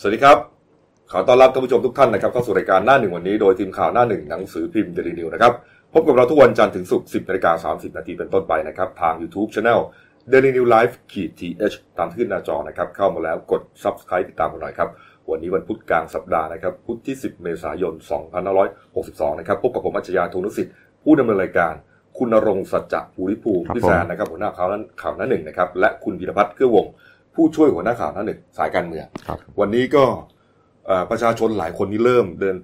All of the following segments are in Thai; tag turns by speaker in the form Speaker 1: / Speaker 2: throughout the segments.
Speaker 1: สวัสดีครับ ขอต้อนรับท่านผู้ชมทุกท่านนะครับเข้าสู่รายการหน้าหนึ่งวันนี้โดยทีมข่าวหน้าหนึ่งหนังสือพิมพ์เดลินิวนะครับ พบกับเราทุกวันจันทร์ถึงศุกร์ 10นาฬิกา30 นาทีเป็นต้นไปนะครับ ทาง YouTube Channel Daily New Life ขีด th ตามที่ขึ้นหน้าจอนะครับ เข้ามาแล้วกด Subscribe ติดตามกันหน่อยครับ วันนี้วันพุธกลางสัปดาห์นะครับ พุธที่ 10 เมษายน 2562 นะครับ พบกับผมอัจฉริยะธนุสิทธิ์ ผู้ดำเนินรายการ คุณณรงค์สัจจะภูริภูมิ
Speaker 2: ครับ
Speaker 1: พิ
Speaker 2: ผม
Speaker 1: สารนะครับหัวหน้าข่าวนั้นข่าวหน้าหนึ่งนะครับ และคุณพิรพัฒน์เกื้อวง ผู้ช่วยหัวหน้าข่าวหน้าหนึ่งสายการเมือง
Speaker 2: ครับ
Speaker 1: วันนี้ก็เอ่อประชาชนหลายคนนี่เริ่มเดิน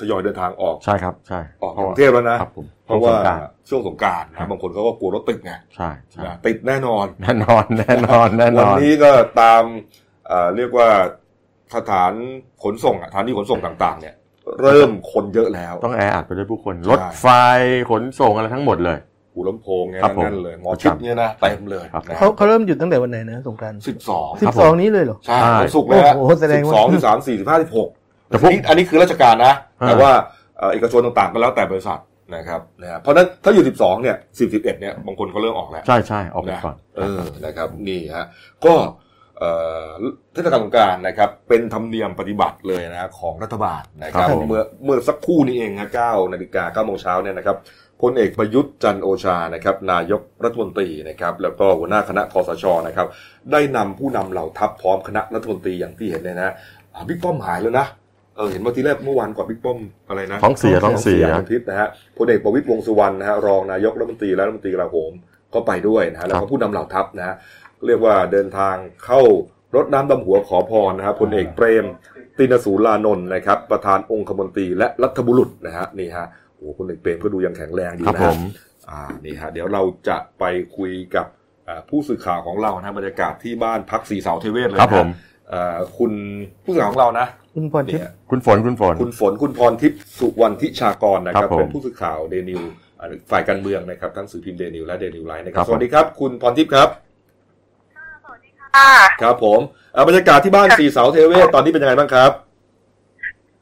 Speaker 1: ทยอยเดินทางออก
Speaker 2: ใช่ครับใช่
Speaker 1: ออกจากกรุงเทพแล้วนะ
Speaker 2: ครับผม
Speaker 1: เพราะว่า
Speaker 2: สงกนต์
Speaker 1: ช่วงสงกราร
Speaker 2: ครั
Speaker 1: นะ
Speaker 2: บ
Speaker 1: บางคนเขาก็กลัวรถติดไง
Speaker 2: ใช่ใช่
Speaker 1: นะติดแน่นอน
Speaker 2: แน่นอน แน่นอนแน่น
Speaker 1: วัน
Speaker 2: อน
Speaker 1: นี้ก็ตามเอ่อเรียกว่าสถานขนส่งอะสถานที่ขนส่งต่างๆ เนี่ย เริ่มคนเยอะแล้ว
Speaker 2: ต้องแออัดไปด้วยผู้คน
Speaker 1: ใช่
Speaker 2: รถไฟขนส่งอะไรทั้งหมดเลย
Speaker 1: หูลำโพงเนี่ย
Speaker 2: ครับผม
Speaker 1: นั่นเลยหมอชิดเนี่ยนะเต็มเลย
Speaker 2: ครับ
Speaker 1: นะ
Speaker 3: เขาเขาเริ่มหยุดตั้งแต่วันไหนนะสงกรานต์
Speaker 1: สิบสอง
Speaker 3: สิ
Speaker 2: ครับ บ
Speaker 3: ส
Speaker 2: ผ
Speaker 3: อง
Speaker 2: ม
Speaker 3: นี้เลยเหรอ
Speaker 1: ใช่
Speaker 2: ใช่
Speaker 1: วันศุกร์แล้ว
Speaker 3: โอ้โหแสด
Speaker 1: สิบ
Speaker 3: งว่า
Speaker 1: สองสิบสามสี่สิบห้าสิบหก
Speaker 2: แต่พวก
Speaker 1: อันนี้คือราชการนะ แต่ว่า เอ่อเอกชนต่างๆก็แล้วแต่บริษัทนะครับนะฮะเพราะฉะนั้นถ้าอยู่ 12 เนี่ย 10 11 เนี่ยบางคนก็เริ่มออกแล้ว
Speaker 2: ใช่ใช่ออกไปก่อน
Speaker 1: เออนะครับนี่ฮะก็เอ่อเทศกาลสงกรารนะครับเป็นธรรมเนียมปฏิบัติเลยนะของรัฐบาลนะครับ
Speaker 3: ครับผม
Speaker 1: เมื่อเมื่อสักครู่นี้เองฮะ9นาฬิกา9โมงเช้าเนี่ยนะครับพลเอกประยุทธ์จันทร์โอชานะครับนายกรัฐมนตรีนะครับแล้วก็หัวหน้าคณะคอสชนะครับได้นำผู้นำเหล่าทัพพร้อมคณะรัฐมนตรีอย่างที่เห็นเนี่ยนะอ่าบิ๊กป้อมหายแล้วนะเออเห็นว่าทีแรกเมื่อวานก่อนบิ๊กป้อมอะไรนะ
Speaker 2: ท้องเสียท้องเสีย
Speaker 1: ขคุณทิพย์นะฮะพลเอกประวิตรวงษ์สุวรรณนะฮะรองนายกรัฐมนตรีและรัฐมนตรีกลาโหมก็ไปด้วยนะฮะแล้ว
Speaker 2: ครั
Speaker 1: ก็
Speaker 2: บ
Speaker 1: ผู้นำเหล่าทัพนะฮะเรียกว่าเดินทางเข้ารถน้ำดำหัวขอพรนะฮะพลเอกเปรม ตินสูรานนท์นะครับ ประธานองคมนตรีและรัฐบุรุษนะฮะนี่ฮะโอ้โหพลเอกเปรมก็ดูยังแข็งแรงดี
Speaker 2: ครั
Speaker 1: นะฮะ
Speaker 2: บผม
Speaker 1: อ่านี่ฮะเดี๋ยวเราจะไปคุยกับอ่าผู้สื่อข่าวของเรานะฮะบรรยากาศที่บ้านพักสีเสาเทเวศเลย
Speaker 2: ค
Speaker 1: นะ
Speaker 2: รับผม
Speaker 1: อ่าคุณผู้สื่อข่าวของเรานะ
Speaker 3: คุณพรทิพ
Speaker 1: เนี่ย
Speaker 3: ย์
Speaker 2: คุณฝนคุณฝน
Speaker 1: คุณฝนคุณพรทิพย์สุวรรณทิชากรนะครับ
Speaker 2: ครับผม
Speaker 1: เป็นผู้สื่อข่าวเดนิวฝ่ายการเมืองนะครับทั้งสื่อพิมพ์เดนิวและเดนิวไลน์นะครับ
Speaker 2: ครับผ
Speaker 1: ส
Speaker 2: ม
Speaker 1: วัสดีครับ คุณพรทิพย์ครับ
Speaker 4: ค่ะ
Speaker 1: ครับผมเอ่อบรรยากาศที่บ้านสีเสาเทเวศตอนนี้เป็นยังไงบ้างครับ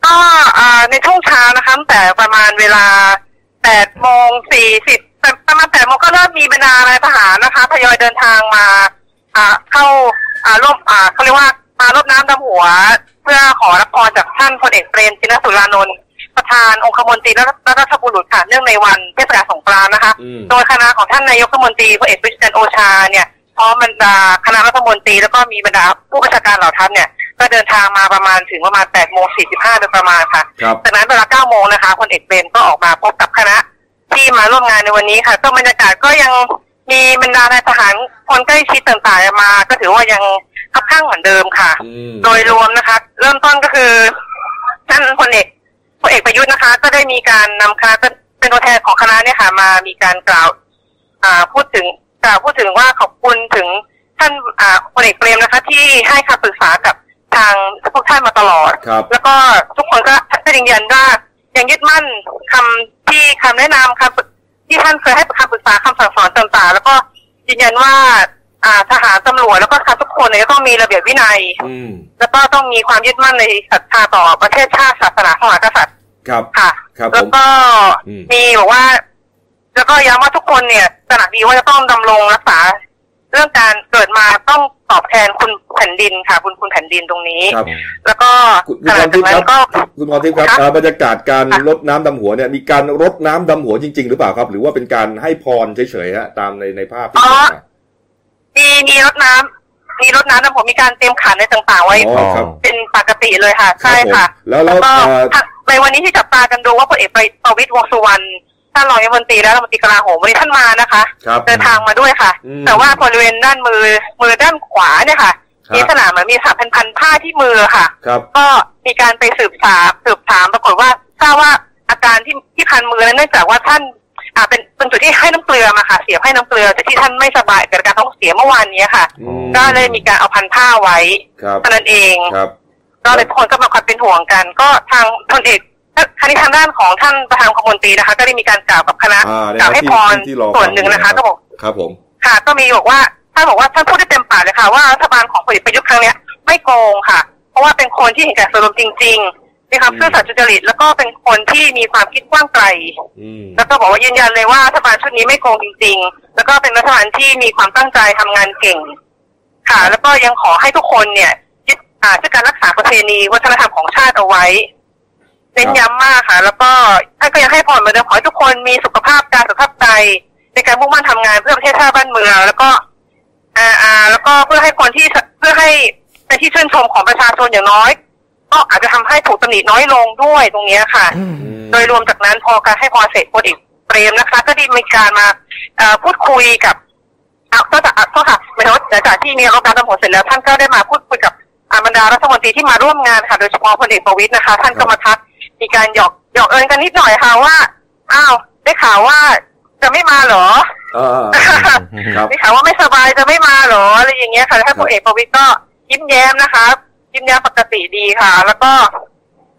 Speaker 4: ก็เอ่อในช่วงเช้านะคะตั้งแต่ประมาณเวลา8โมง40แต่ประมาณ8โมงก็เริ่มมีบรรดานายทหารนะคะทยอยเดินทางมาอ่าเข้าอ่าร่วมอ่าเขาเรียกว่ามารดน้ำดำหัว เพื่อขอรับพรจากท่านพลเอกเปรมจินสุรานนท์ประธานองคมนตรีและรัฐบุรุษค่ะเนื่องในวันเทศกาลสงกรานต์นะคะ
Speaker 1: อืม
Speaker 4: โดยคณะของท่านนายกรัฐมนตรีพลเอกประยุทธ์จันทร์โอชาเนี่ยพร้อมบรรดาคณะรัฐมนตรีแล้วก็มีบรรดาผู้บัญชาการเหล่าทัพเนี่ย ก็เดินทางมาประมาณถึงประมาณ8โมง45โดยประมาณค่ะ
Speaker 1: ครับ
Speaker 4: จากนั้นเวลา9โมงนะคะพลเอกเบรมก็ออกมาพบกับคณะที่มาร่วมงานในวันนี้ค่ะก็บรรยากาศก็ยังมีบรรดานายทหารคนใกล้ชิดต่างๆมา ก็ถือว่ายังคับข้างเหมือนเดิมค่ะ
Speaker 1: อืม
Speaker 4: โดยรวมนะคะ เริ่มต้นก็คือท่านพลเอกพลเอกประยุทธ์นะคะ ก็ได้มีการนำคณะเป็นตัวแทนของคณะเนี่ยค่ะ มามีการกล่าว อ่าพูดถึงกล่าวพูดถึงว่าขอบคุณถึงท่านอ่าพลเอกเปรมนะคะ ที่ให้คำปรึกษากับทางพวกท่านมาตลอด
Speaker 1: ครับ
Speaker 4: แล้วก็ทุกคนก็ก็ยืนยันว่ายังยึดมั่นคำที่คำแนะนำคำปรึกที่ท่านเคยให้คำปรึกษาคำสั่งสอนต่างๆ แล้วก็ยืนยันว่าอ่าทหารตำรวจแล้วก็ทหารทุกคนเนี่ยจะต้องมีระเบียบวินัย
Speaker 1: อืม
Speaker 4: แล้วก็ต้องมีความยึดมั่นในศรัทธาต่อประเทศชาติศาสนาพระมหากษัตริย์
Speaker 1: ครับ
Speaker 4: ค่ะ
Speaker 1: ครับ
Speaker 4: แล้ว
Speaker 1: ผม
Speaker 4: ก็
Speaker 1: อืม
Speaker 4: มีบอกว่า แล้วก็ย้ำว่าทุกคนเนี่ยตระหนักดีว่าจะต้องดำรงรักษา เรื่องการเกิดมาต้องตอบแทนคุณแผ่นดินค่ะ คุณคุณแผ่นดินตรงนี้
Speaker 1: ครับ
Speaker 4: แล้วก็
Speaker 1: คุณ
Speaker 4: ข
Speaker 1: คุณพรทิ
Speaker 4: ณะจา
Speaker 1: พ
Speaker 4: ก
Speaker 1: ย์ครั
Speaker 4: นั้นก็
Speaker 1: บคุณพรทิพย์ครับ
Speaker 4: ครับ
Speaker 1: เอ่อบรรยากาศการ
Speaker 4: ค่ะ
Speaker 1: รดน้ำดำหัวเนี่ยมีการรดน้ำดำหัวจริง ๆ หรือเปล่าครับ หรือว่าเป็นการให้พรเฉยๆฮะตามในในภาพที่เห็นนะ
Speaker 4: มีมีรถน้ำมีรถน้ำนะผมมีการเตรียมขันในต่างๆ ไว้
Speaker 1: อ๋อครับ
Speaker 4: เป็นปกติเลยค่ะ
Speaker 1: ครั
Speaker 4: ใช่
Speaker 1: บผม
Speaker 4: ค่ะ
Speaker 1: แล้วแล้
Speaker 4: แล้ว วก็
Speaker 1: เอ่อ
Speaker 4: ถ้าในวันนี้ที่จับตากันดูว่าพลเอกประวิตรวงษ์สุวรรณท่านรองรัฐมนตรีและรัฐมนตรีกลาโหมวันนี้ท่านมานะคะ
Speaker 1: ครับ
Speaker 4: เดินทางมาด้วยค่ะ
Speaker 1: อืม
Speaker 4: แต่ว่าบริเวณด้านมือมือด้านขวาเนี่ยค่ะ
Speaker 1: ครับ
Speaker 4: มีลักษณะเหมือนมีสามพันพันผ้าที่มือค่ะ
Speaker 1: ครับ
Speaker 4: ก็มีการไปสืบสามสืบถามปรากฏว่าทราบว่าอาการที่ที่พันมือนั้นเนื่องจากว่าท่านอ่าเป็นเป็นจุดที่ให้น้ำเกลือมาค่ะ เสียบให้น้ำเกลือแต่ที่ท่านไม่สบายเกิดการท้องเสียเมื่อวานนี้ค่ะ
Speaker 1: อืม
Speaker 4: ก็เลยมีการเอาพันผ้าไว้
Speaker 1: ครับ
Speaker 4: เท่านั้นเอง
Speaker 1: ครับ
Speaker 4: ก็เลยทุกคนก็มาคอยเป็นห่วงกัน ก็ทางพลเอกคณะทางด้านของท่านประธานคมนตรีนะคะ ก็ได้มีการกล่าวกับคณะ
Speaker 1: อ่าได้
Speaker 4: กล่าวให้
Speaker 1: ที่
Speaker 4: พร
Speaker 1: ที่ที่รอ
Speaker 4: ส่วนหนึ่งนะคะ
Speaker 1: ฟังอยู่นะครับ
Speaker 4: ก็บอก
Speaker 1: ครับผม
Speaker 4: ค่ะ ก็มีบอกว่าท่านบอกว่าท่านพูดได้เต็มปากเลยค่ะ ว่ารัฐบาลของพลเอกประยุทธ์ครั้งเนี้ยไม่โกงค่ะ เพราะว่าเป็นคนที่เห็นแก่ส่วนรวมจริงๆมีความซื่อสัตย์สุจริตแล้วก็เป็นคนที่มีความคิดกว้างไกล
Speaker 1: อืม
Speaker 4: แล้วก็บอกว่ายืนยันเลยว่ารัฐบาลชุดนี้ไม่โกงจริง ๆ แล้วก็เป็นรัฐบาลที่มีความตั้งใจทำงานเก่ง ค่ะ แล้วก็ยังขอให้ทุกคนเนี่ยยึด อ่าช่วยการรักษาประเพณีวัฒนธรรมของชาติเอาไว้เน้นย้ำมากค่ะ แล้วก็ท่านก็ยังให้พรเหมือนเดิมขอให้ทุกคนมีสุขภาพกายสุขภาพใจในการมุ่งมั่นทำงานเพื่อประเทศชาติบ้านเมือง แล้วก็อ่าอ่าแล้วก็เพื่อให้คนที่เพื่อให้เป็นที่ชื่นชมของประชาชนอย่างน้อย ก็อาจจะทำให้ถูกตำหนิน้อยลงด้วยตรงเนี้ยค่ะ โดยรวมจากนั้นพอการให้พรเสร็จพลเอกเปรมนะคะ ก็ได้มีการมาเอ่อพูดคุยกับเอาก็จะก็ค่ะหมายถึงว่าหลังจากที่มีรายการตำรวจเสร็จแล้วท่านก็ได้มาพูดคุยกับอ่าบรรดารัฐมนตรีที่มาร่วมงานค่ะ โดยเฉพาะพลเอกประวิตยนะคะ ท่านก็มาทักมีการหยอกหยอกเอิญกันนิดหน่อยค่ะว่าอ้าวได้ข่าวว่าจะไม่มาเหรอ
Speaker 1: อ่าครับ
Speaker 4: ได้ข่าวว่าไม่สบายจะไม่มาเหรออะไรอย่างเงี้ยค่ะแล้วท่านพลเอกประวิตยก็ยิ้มแย้มนะคะยิ้มแย้มปกติดีค่ะ แล้วก็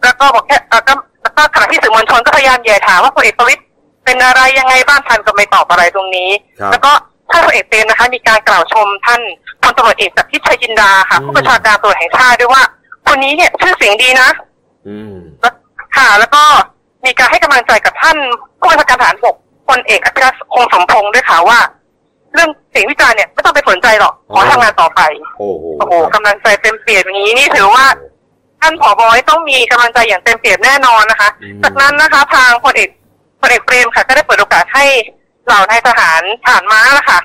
Speaker 4: แล้วก็บอกแค่เอ่อก็แล้วก็ขณะที่สื่อมวลชนก็พยายามแย่ถามว่าพลเอกประวิตยเป็นอะไรยังไงบ้างท่านก็ไม่ตอบอะไรตรงนี้
Speaker 1: ครับ
Speaker 4: แล้วก็ท่านพลเอกเปรมนะคะ มีการกล่าวชมท่านพลตำรวจเอกจากทิพย์ชัยจินดาค่ะผู้ประชาการตำรวจแห่งชาติด้วยว่าคนนี้เนี่ยชื่อเสียงดีนะ
Speaker 1: อืม
Speaker 4: ค่ะ แล้วก็มีการให้กำลังใจกับท่านผู้บัญชาการทหารบกพลเอกอภิรักษ์คงสมพงศ์ด้วยค่ะว่า เรื่องเสียงวิจารณ์เนี่ยไม่ต้องไปสนใจหรอกขอทำงานต่อไป
Speaker 1: โอ้โห
Speaker 4: โอ้โหกำลังใจเต็มเปี่ยมอย่างนี้นี่ถือว่าท่านผอบอยต้องมีกำลังใจอย่างเต็มเปี่ยมแน่นอนนะคะ จากนั้นนะคะ ทางพลเอกพลเอกเปรมค่ะ ก็ได้เปิดโอกาสให้เหล่านายทหารฐานม้านะคะ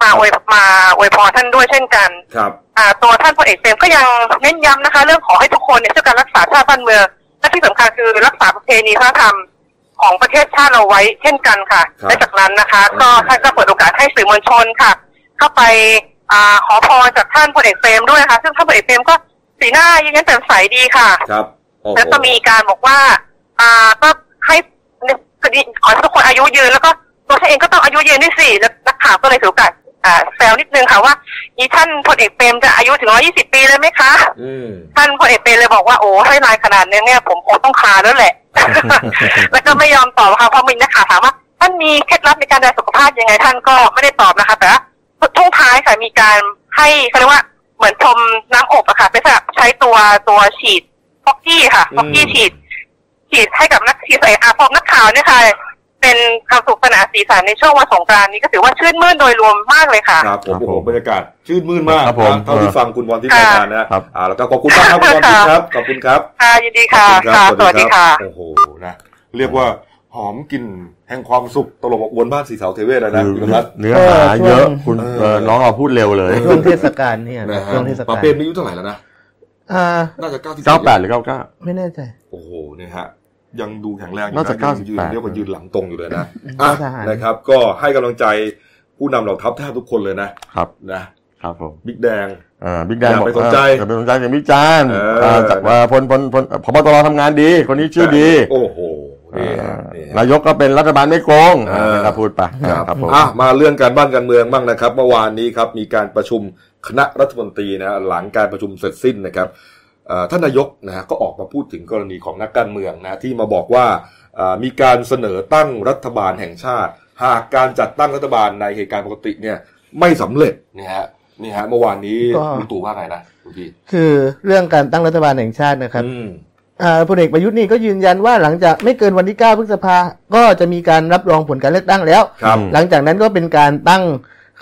Speaker 4: มาอวยมาอวยพรท่านด้วยเช่นกัน
Speaker 1: ครับ
Speaker 4: อ่าตัวท่านพลเอกเปรมก็ยังเน้นย้ำนะคะ เรื่องขอให้ทุกคนเนี่ยช่วยกันรักษาชาติบ้านเมืองและที่สำคัญคือรักษาประเพณีวัฒนธรรมของประเทศชาติเราไว้เช่นกันค่ะและจากนั้นนะคะ ก็ท่านก็เปิดโอกาสให้สื่อมวลชนค่ะ เข้าไปอ่าขอพรจากท่านพลเอกเปรมด้วยนะคะซึ่งท่านพลเอกเปรมก็สีหน้ายิ้มแย้มแจ่มใสดีค่ะ
Speaker 1: ครับโอ้โห
Speaker 4: แล้วก็มีการบอกว่า อ่า ก็ให้คดีขอให้ทุกคนอายุยืน แล้วก็ตัวฉันเองก็ต้องอายุยืนด้วยสิแล้วนักข่าวก็เลยถือโอกาสอ่าแซวนิดนึงค่ะว่าอีท่านพลเอกเปรมจะอายุถึง 120 ปีเลยไหมคะ
Speaker 1: อืม
Speaker 4: ท่านพลเอกเปรมเลยบอกว่าโอ้ให้นายขนาดนี้เนี่ยผมคงต้องคาแล้ว แหละ แล้วก็ไม่ยอมตอบค่ะเพราะมีนักข่าวถามว่าท่านมีเคล็ดลับในการดูแลสุขภาพยังไงท่านก็ไม่ได้ตอบนะคะ แต่ว่าทุ่วงท้ายค่ะมีการให้เขาเรียกว่าเหมือนพรมน้ำอบอะค่ะเป็นแบบใช้ตัวตัวฉีดฟอกกี้ค่ะฟอกกี้
Speaker 1: อืม
Speaker 4: ฉีด ฉีดให้กับนักฉีดใส่อาพร้อมนักข่าวเนี่ยค่ะ เป็นความสุขสนานสีสันในช่วงวันสงกรานต์นี้ก็ถือว่าชื่นมื่นโดยรวมมากเลยค่ะ
Speaker 1: ครับผม
Speaker 2: ครับ
Speaker 1: โอ้โห
Speaker 2: ผม
Speaker 1: บรรยากาศชื่นมื่นมาก
Speaker 2: ครับผม
Speaker 1: นะเท่าที่ฟังคุณวอนที่
Speaker 4: ค่ะ
Speaker 1: รายงานนะฮะ
Speaker 2: ครับ
Speaker 1: อ่าแล้วก็ขอบคุณมากครับคุณวอนทิพย์ครับขอบคุณครับ
Speaker 4: ค่ะยินดีค่ะ
Speaker 1: ขอบณ
Speaker 4: ค่ะ
Speaker 1: รับ
Speaker 4: สวัสดีค่ะ
Speaker 1: รับโอ้โหนะเรียกว่าหอมกลิ่นแห่งความสุขตลบอบอวนบ้านสีเสาเทเวศเลยนะคุณรัตน์
Speaker 2: เนื้อหาเยอะคุณ
Speaker 1: เออ
Speaker 2: เอ่อน้องเราพูดเร็วเลย
Speaker 3: ช่วงเทศกาลเนี่ย
Speaker 1: นะฮะ
Speaker 3: ช่วงเท
Speaker 1: ปาก
Speaker 3: ศาล
Speaker 1: เปรมอายุเท่าไหร่แล้วนะ
Speaker 3: อ่า
Speaker 1: น่าจะเก้าสิบ
Speaker 2: เก้าแปดหรือเก้าเก้า
Speaker 3: ไม่แน่ใจ
Speaker 1: โอ้โหเนี่ยฮะยังดูแข็งแรงอยู่
Speaker 2: น่าจะ
Speaker 1: ยังยืน
Speaker 2: 98
Speaker 1: เรียกว่ายืนหลังตรงอยู่เลยนะ
Speaker 3: อืม
Speaker 1: อ่ะ
Speaker 3: ทหาร
Speaker 1: นะครับ ก็ให้กำลังใจผู้นำเหล่าทัพแทบทุกคนเลยนะครับ นะครับ
Speaker 2: ผม
Speaker 1: บิ๊กแดง
Speaker 2: เอ่อบิ๊กแดน
Speaker 1: อย่า
Speaker 2: บอก
Speaker 1: ไปสน
Speaker 2: ว่า
Speaker 1: ใจ
Speaker 2: อย่าไปสนใจอย่าวิจารณ์
Speaker 1: เออ
Speaker 2: เอ่อจากว่าพลพลพลพบตรทำงานดี คนนี้ชื่อดี
Speaker 1: โอ้โหนี่
Speaker 2: เอ่
Speaker 1: ฮะ
Speaker 2: อ
Speaker 1: นี่ฮะ
Speaker 2: นายกก็เป็นรัฐบาลไม่โกง
Speaker 1: เออ
Speaker 2: นะครับพูดไปครับผม
Speaker 1: อ่ะมาเรื่องการบ้านการเมืองบ้างนะครับ เมื่อวานนี้ครับมีการประชุมคณะรัฐมนตรีนะฮะหลังการประชุมเสร็จสิ้นนะครับเอ่อท่านนายกนะฮะก็ออกมาพูดถึงกรณีของนักการเมืองนะที่มาบอกว่าเอ่อมีการเสนอตั้งรัฐบาลแห่งชาติ หากการจัดตั้งรัฐบาลในเหตุการณ์ปกติเนี่ยไม่สำเร็จเนี่ยฮะนี่ฮะเมื่อวานนี้
Speaker 3: ก็
Speaker 1: ลุงตู่ว่าไงนะคุณพี่
Speaker 3: คือเรื่องการตั้งรัฐบาลแห่งชาตินะครับ
Speaker 1: อืม
Speaker 3: อ่าพลเอกประยุทธ์นี่ก็ยืนยันว่าหลังจากไม่เกินวันที่ 9 พฤษภา ก็จะมีการรับรองผลการเลือกตั้งแล้ว
Speaker 1: ครับ
Speaker 2: อืม
Speaker 3: หลังจากนั้นก็เป็นการตั้ง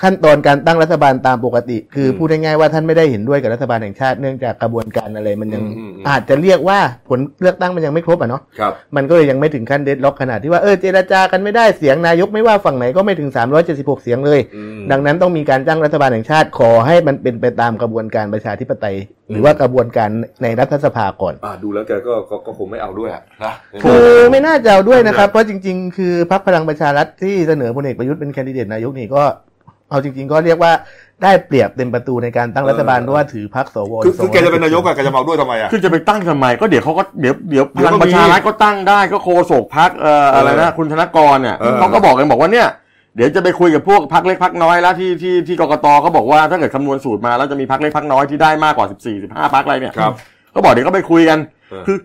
Speaker 3: ขั้นตอนการตั้งรัฐบาลตามปกติ คือพูดง่ายๆว่าท่านไม่ได้เห็นด้วยกับรัฐบาลแห่งชาติเนื่องจากกระบวนการอะไรมันยังอาจจะเรียกว่าผลเลือกตั้งมันยังไม่ครบอ่ะเนาะ
Speaker 1: ครับ
Speaker 3: มันก็เลยยังไม่ถึงขั้นเดดล็อกขนาดที่ว่าเออเจราจากันไม่ได้เสียงนายกไม่ว่าฝั่งไหนก็ไม่ถึง 376 เสียงเลย
Speaker 1: อืม
Speaker 3: ดังนั้นต้องมีการจ้างรัฐบาลแห่งชาติขอให้มันเป็นไปตามกระบวนการประชาธิปไตย หรือว่ากระบวนการในรัฐสภาก่อน
Speaker 1: อ่ะดูแล้วแกก็ก็ก็คงไม่เอาด้วยอะนะ
Speaker 3: คือไม่น่าจะเอาด้วยนะครับ เพราะจริง ๆ คือพรรคพลังประชารัฐที่เสนอพลเอกประยุทธ์เป็นแคนดิเดตนายกนี่ก็เอาจริง ๆ ก็เรียกว่าได้เปรียบเต็มประตูในการตั้งรัฐบาล
Speaker 1: เออ
Speaker 3: เพราะว่าถือพรรคสว
Speaker 1: คือคือแกจะเป็น
Speaker 3: 270
Speaker 1: นายกอะแกจะมาเอาด้วยทำไมอะ
Speaker 2: คือจะไปตั้งทำไมก็เดี๋ยวเขาก็เดี๋ยวเดี๋ยวพลั
Speaker 1: เดี๋
Speaker 2: ง
Speaker 1: ยวก็
Speaker 2: ป
Speaker 1: มี
Speaker 2: ระชารัฐก็ตั้งได้ก็โคศกพักเอ่ออะไร
Speaker 1: เออ
Speaker 2: นะคุณธนกรเนี่ย
Speaker 1: เออ
Speaker 2: เขาก็บอกกันบอกว่าเนี่ยเดี๋ยวจะไปคุยกับพวกพักเล็กพักน้อยแล้วที่ที่ที่กกตเขาบอกว่าถ้าเกิดคำนวณสูตรมาแล้วจะมีพักเล็กพักน้อยที่ได้มากกว่า 14 15พักอะไรเนี่ย
Speaker 1: ครับ
Speaker 2: ก็บอกเดี๋ยวก็ไปคุยกัน
Speaker 1: เออ
Speaker 2: คือ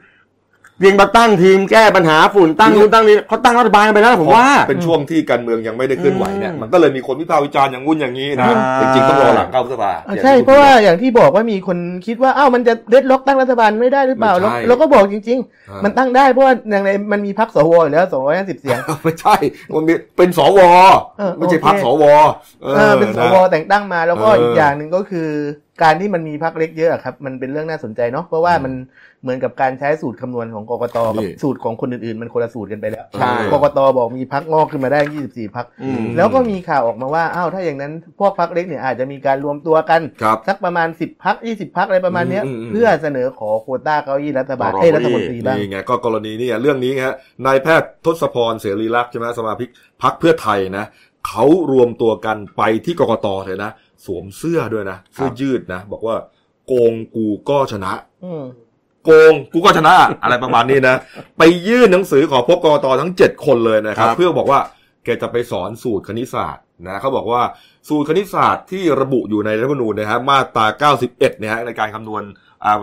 Speaker 2: เรียงมาตั้งทีมแก้ปัญหาฝุ่นตั้งนู่นตั้งนี้เขาตั้งรัฐบาลกันไปแล้วนะผมว่า
Speaker 1: เป็นช่วงที่การเมืองยังไม่ได้เคลื่อนไหวเนี่ย
Speaker 2: อืม
Speaker 1: มันก็เลยมีคนวิพากษ์วิจารณ์อย่างงุ่นอย่างนี้นะ
Speaker 2: อ่า
Speaker 1: จริงๆต้องรอหลังเก้าพฤษภา
Speaker 3: อ่ะใช่
Speaker 1: อย่งที่คุณ
Speaker 3: เพราะว่าอย่างที่บอกว่ามีคนคิดว่าอ้าวมันจะเดดล็อกตั้งรัฐบาลไม่ได้หรือเปล่า
Speaker 1: ไม่ใช่
Speaker 3: เราก็บอกจริง ๆ
Speaker 1: อ่า
Speaker 3: มันตั้งได้เพราะว่าอย่างไรมันมีพักสวอยู่แล้ว 250 เสียง
Speaker 1: ไม่ใช่มันมีเป็นสว
Speaker 3: เออ
Speaker 1: ไม่ใช่
Speaker 3: โอเค
Speaker 1: พักสว
Speaker 3: เออเป็นสวแต่งตั้งมาแล้วก็
Speaker 1: เอออี
Speaker 3: อีกอย่างหนึ่งก็คือ การที่มันมีพักเล็กเยอะอะครับ มันเป็นเรื่องน่าสนใจเนาะเพราะว่ามันเหมือนกับการใช้สูตรคำนวณของกกตกับ
Speaker 2: นี่
Speaker 3: สูตรของคนอื่นๆ มันคนละสูตรกันไปแล้ว
Speaker 2: ใช่
Speaker 3: กกตบอกมีพักงอกขึ้นมาได้ 24พัก
Speaker 2: อืม
Speaker 3: แล้วก็มีข่าวออกมาว่าอ้าวถ้าอย่างนั้นพวกพักเล็กเนี่ยอาจจะมีการรวมตัวกัน
Speaker 1: ครับ
Speaker 3: สักประมาณ 10พัก20พักอะไรประมาณเนี้ย
Speaker 1: อืมอืมอืม
Speaker 3: เพื่อเสนอขอโควต้าเก้าอี้รัฐบาล
Speaker 2: ต่อรอง
Speaker 3: ให้ยรัฐ
Speaker 2: เก้าอี้
Speaker 3: มนตรีบ้าง
Speaker 1: นี่ไงก็กรณีนี่ไงเรื่องนี้ไงฮะนายแพทย์ทศพรเสรีรักษ์ใช่ไหมสมาชิกพักเพื่อไทยนะเขารวมตัวกันไปที่กกตเลยนะ สวมเสื้อด้วยนะเสื้อยืดนะ บอกว่าโกงกูก็ชนะ
Speaker 3: อืม
Speaker 1: โกงกูก็ชนะ อะไรประมาณนี้นะ ไปยื่นหนังสือขอพบกกตทั้ง 7 คนเลยนะครับ
Speaker 2: ครับ
Speaker 1: เพื่อบอกว่าแกจะไปสอนสูตรคณิตศาสตร์นะเขาบอกว่าสูตรคณิตศาสตร์ที่ระบุอยู่ในรัฐธรรมนูญนะฮะมาตรา 91 เนี่ยฮะในการคำนวณอ่า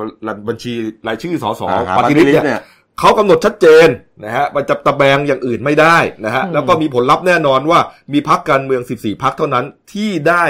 Speaker 1: บัญชีรายชื่อสส
Speaker 2: หา
Speaker 1: ป
Speaker 2: ปฏิ
Speaker 1: ฏิ
Speaker 2: ริ
Speaker 1: ริ
Speaker 2: ษ
Speaker 1: ษเนี่ย
Speaker 2: เนี่ย
Speaker 1: เขากำหนดชัดเจนนะฮะมันจะตะแบงอย่างอื่นไม่ได้นะฮะ แล้วก็มีผลลัพธ์แน่นอนว่ามีพักการเมือง 14 พักเท่านั้นที่ได้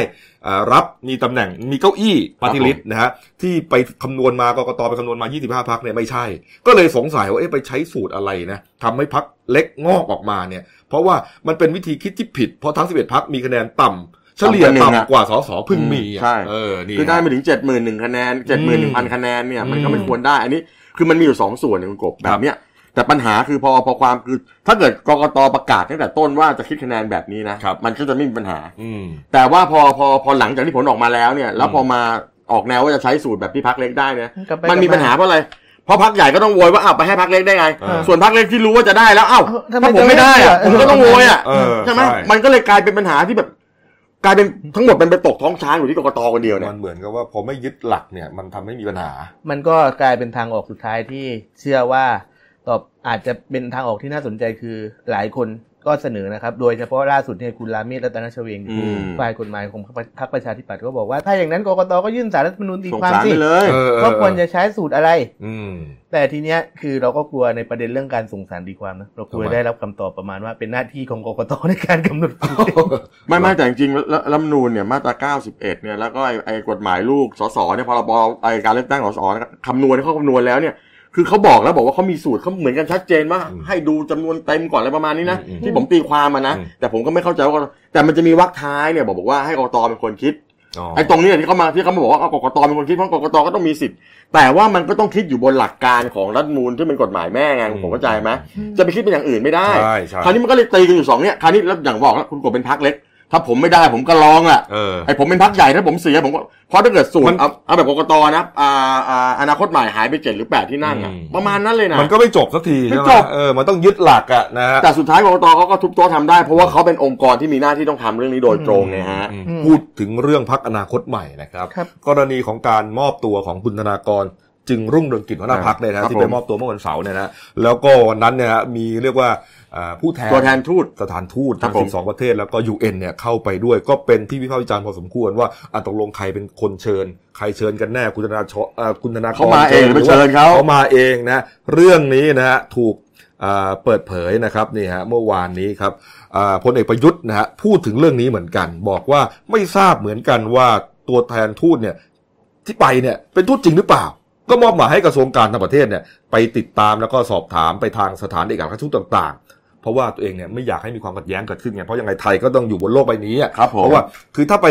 Speaker 1: อ่ารับมีตำแหน่งมีเก้าอี้ปฏิริษนะฮะที่ไปคำนวณมากกตไปคำนวณมา 25 พักเนี่ยไม่ใช่ ก็เลยสงสัยว่าเอ๊ะไปใช้สูตรอะไรนะทำให้พักเล็กงอกออกมาเนี่ย เพราะว่ามันเป็นวิธีคิดที่ผิด เพราะทั้ง 11 พักมีคะแนนต่ำเฉลี่ย
Speaker 2: ต่ำกว่าห
Speaker 1: ต่ำก
Speaker 2: นึ่งอะ
Speaker 1: ว่าสสเพึ่งมีอะ
Speaker 2: ใช่
Speaker 1: เออนี่
Speaker 2: คือได้มาถึงเจ็ดหมื่นหนึ่งคะแนนเจ็ดหมื่นหนึ่งพันคะแนนเนี่ยมันก็ไม่ควรได้ อันนี้คือมันมีอยู่สองส่วนเนี่ยคุณกบ
Speaker 1: ค
Speaker 2: แบ
Speaker 1: รับบ
Speaker 2: เนี้ยแต่ปัญหาคือพอพอความคือ ถ้าเกิดกกตประกาศตั้งแต่ต้นว่าจะคิดคะแนนแบบนี้นะครับ มันก็จะไม่มีปัญหา
Speaker 1: อืม
Speaker 2: แต่ว่าพอพอพอหลังจากที่ผลออกมาแล้วเนี่ย แล้ว
Speaker 1: อืม
Speaker 2: พอมาออกแนวว่าจะใช้สูตรแบบที่พักเล็กได้เนี่ย
Speaker 3: กลับไป
Speaker 2: มันมี
Speaker 3: กลั
Speaker 2: ปัญ
Speaker 3: บ
Speaker 2: หาเพราะอะไรเพราะพักใหญ่ก็ต้องโวยว่าอ้าวไปให้พักเล็กได้ไง
Speaker 1: เออ
Speaker 2: ส่วนพักเล็กที่รู้ว่าจะได้แล้วอ้าว
Speaker 3: เออทำไม
Speaker 2: ถ้าผมไม่ได้อะ
Speaker 3: จะ
Speaker 2: ผมก็
Speaker 3: ไม่ได้อะ
Speaker 2: ต้องโวยอ่ะ
Speaker 1: เออ
Speaker 2: ใช่ไหมมันก็เลยกลายเป็นปัญหาที่แบบ กลายเป็นทั้งหมดเป็นไปตกท้องช้างอยู่ที่กกตคนเดียวเนี่ย
Speaker 1: มันเหมือนกับว่าพอไม่ยึดหลักเนี่ยมันทำให้มีปัญหา
Speaker 3: มันก็กลายเป็นทางออกสุดท้ายที่เชื่อว่าตอบอาจจะเป็นทางออกที่น่าสนใจคือหลายคนก็เสนอนะครับ โดยเฉพาะล่าสุดเนี่ยคุณราเมศรัตนชเวง
Speaker 2: อืม
Speaker 3: ฝ่ายกฎหมายของพรรคประชาธิปัตย์ก็บอกว่า ถ้าอย่างนั้นกกตก็ยื่นสารรัฐธรรมนูญตี
Speaker 2: ส่ง
Speaker 3: ความ
Speaker 2: สาร
Speaker 3: สิ
Speaker 2: ไปเลย
Speaker 1: เออเออเออ
Speaker 3: ก็ควรจะใช้สูตรอะไร
Speaker 1: อืม
Speaker 3: แต่ทีเนี้ยคือเราก็กลัวในประเด็นเรื่องการส่งสารดีความนะเรากลัว
Speaker 1: ทำไม
Speaker 3: ได้รับคำตอบประมาณว่าเป็นหน้าที่ของกกตในการกำหนดสูตร
Speaker 2: ไม่ไม่แต่จริงๆแล้วรัฐธรรมนูญเนี่ยมาตรา 91 เนี่ยแล้วก็ไอ้ไอ้กฎหมายลูกสสเนี่ยพรบไอ้การเลือกตั้งสสนะครับคำนวณเขาคำนวณแล้วเนี่ยคือเขาบอกแล้วบอกว่าเขามีสูตรเขาเหมือนกันชัดเจนว่า
Speaker 1: อืม
Speaker 2: ให้ดูจำนวนเต็มก่อนอะไรประมาณนี้นะ
Speaker 1: อืม
Speaker 2: ที่ผมตีความมานะ
Speaker 1: อืม
Speaker 2: แต่ผมก็ไม่เข้าใจว่ากกตแต่มันจะมีวรรคท้ายเนี่ยบอกบอกว่าให้กกตเป็นคนคิด
Speaker 1: อ๋อ
Speaker 2: ไอ้ตรงนี้เนี่ยที่เขามาที่เขามาบอกว่าเอากกตเป็นคนคิดเพราะกกตก็ต้องมีสิทธิ์แต่ว่ามันก็ต้องคิดอยู่บนหลักการของรัฐธรรมนูญที่เป็นกฎหมายแม่ไงผมเข้าใจไหมจะไปคิดเป็นอย่างอื่นไม่ได้
Speaker 1: ใช่ใช่
Speaker 2: คราวนี้มันก็เลยตีกันอยู่สองเนี่ยคราวนี้แล้วอย่างบอกแล้วคุณกบเป็นพักเล็ก ถ้าผมไม่ได้ผมก็ร้องแหละ
Speaker 1: เออ
Speaker 2: ไอ้ผมเป็นพักใหญ่ถ้าผมเสียผมก็เพราะถ้าเกิดสูต
Speaker 1: มั
Speaker 2: ร
Speaker 1: น
Speaker 2: เอาเอาแบบกกตนะอ่าอ่าอนาคตใหม่หายไปเจ็ดหรือแปดที่นั่งอะ
Speaker 1: อืม
Speaker 2: ประมาณนั้นเลยนะ
Speaker 1: มันก็ไม่จบสักที
Speaker 2: ไม่
Speaker 1: ใช่ไหม
Speaker 2: จบ
Speaker 1: เออ มันต้องยึดหลักอะนะฮะ
Speaker 2: แต่สุดท้ายกกตเขาก็ทุบโต๊ะทำได้เพราะว่าเขาเป็นองค์กรที่มีหน้าที่ต้องทำเรื่องนี้โดยตรงไงฮะ
Speaker 1: อืม
Speaker 3: อืม
Speaker 1: พูดถึงเรื่องพักอนาคตใหม่นะครับ
Speaker 3: ครับ
Speaker 1: กรณีของการมอบตัวของคุณธนากร จึงรุ่งเรืองกิจหัวหน้าพักเนี่ย
Speaker 2: ค
Speaker 1: นะ
Speaker 2: รับ
Speaker 1: ที่ไป
Speaker 2: ผม
Speaker 1: มอบตัวเมื่อวันเสาร์เนี่ยนะแล้วก็วันนั้นเนี่ยฮะมีเรียกว่าอ่าผู้แทน
Speaker 2: ตัวแทนทูต
Speaker 1: สถานทูตทั้ง
Speaker 2: ครับผม
Speaker 1: 12 ประเทศแล้วก็ UN เนี่ยเข้าไปด้วยก็เป็นที่วิพากษ์วิจารณ์พอสมควรว่าอ่ะตกลงใครเป็นคนเชิญ ใครเชิญกันแน่คุณธนาชเอ่อคุณธนา
Speaker 2: เขามาเองหรือไม่เชิญเขา
Speaker 1: เขามาเองนะ เรื่องนี้นะฮะถูกอ่าเปิดเผยนะครับนี่ฮะเมื่อวานนี้ครับอ่าพลเอกประยุทธ์นะฮะพูดถึงเรื่องนี้เหมือนกัน บอกว่าไม่ทราบเหมือนกันว่าตัวแทนทูตเนี่ยที่ไปเนี่ยเป็นทูตจริงหรือเปล่า ก็มอบหมายให้กระทรวงการต่างประเทศเนี่ยไปติดตามแล้วก็สอบถามไปทางสถานเอกอัครราชทูตต่าง ๆ เพราะว่าตัวเองเนี่ยไม่อยากให้มีความขัดแย้งเกิดขึ้นไงเพราะยังไงไทยก็ต้องอยู่บนโลกใบนี้อะ
Speaker 2: ครับผม
Speaker 1: เพราะว่าคือถ้าไป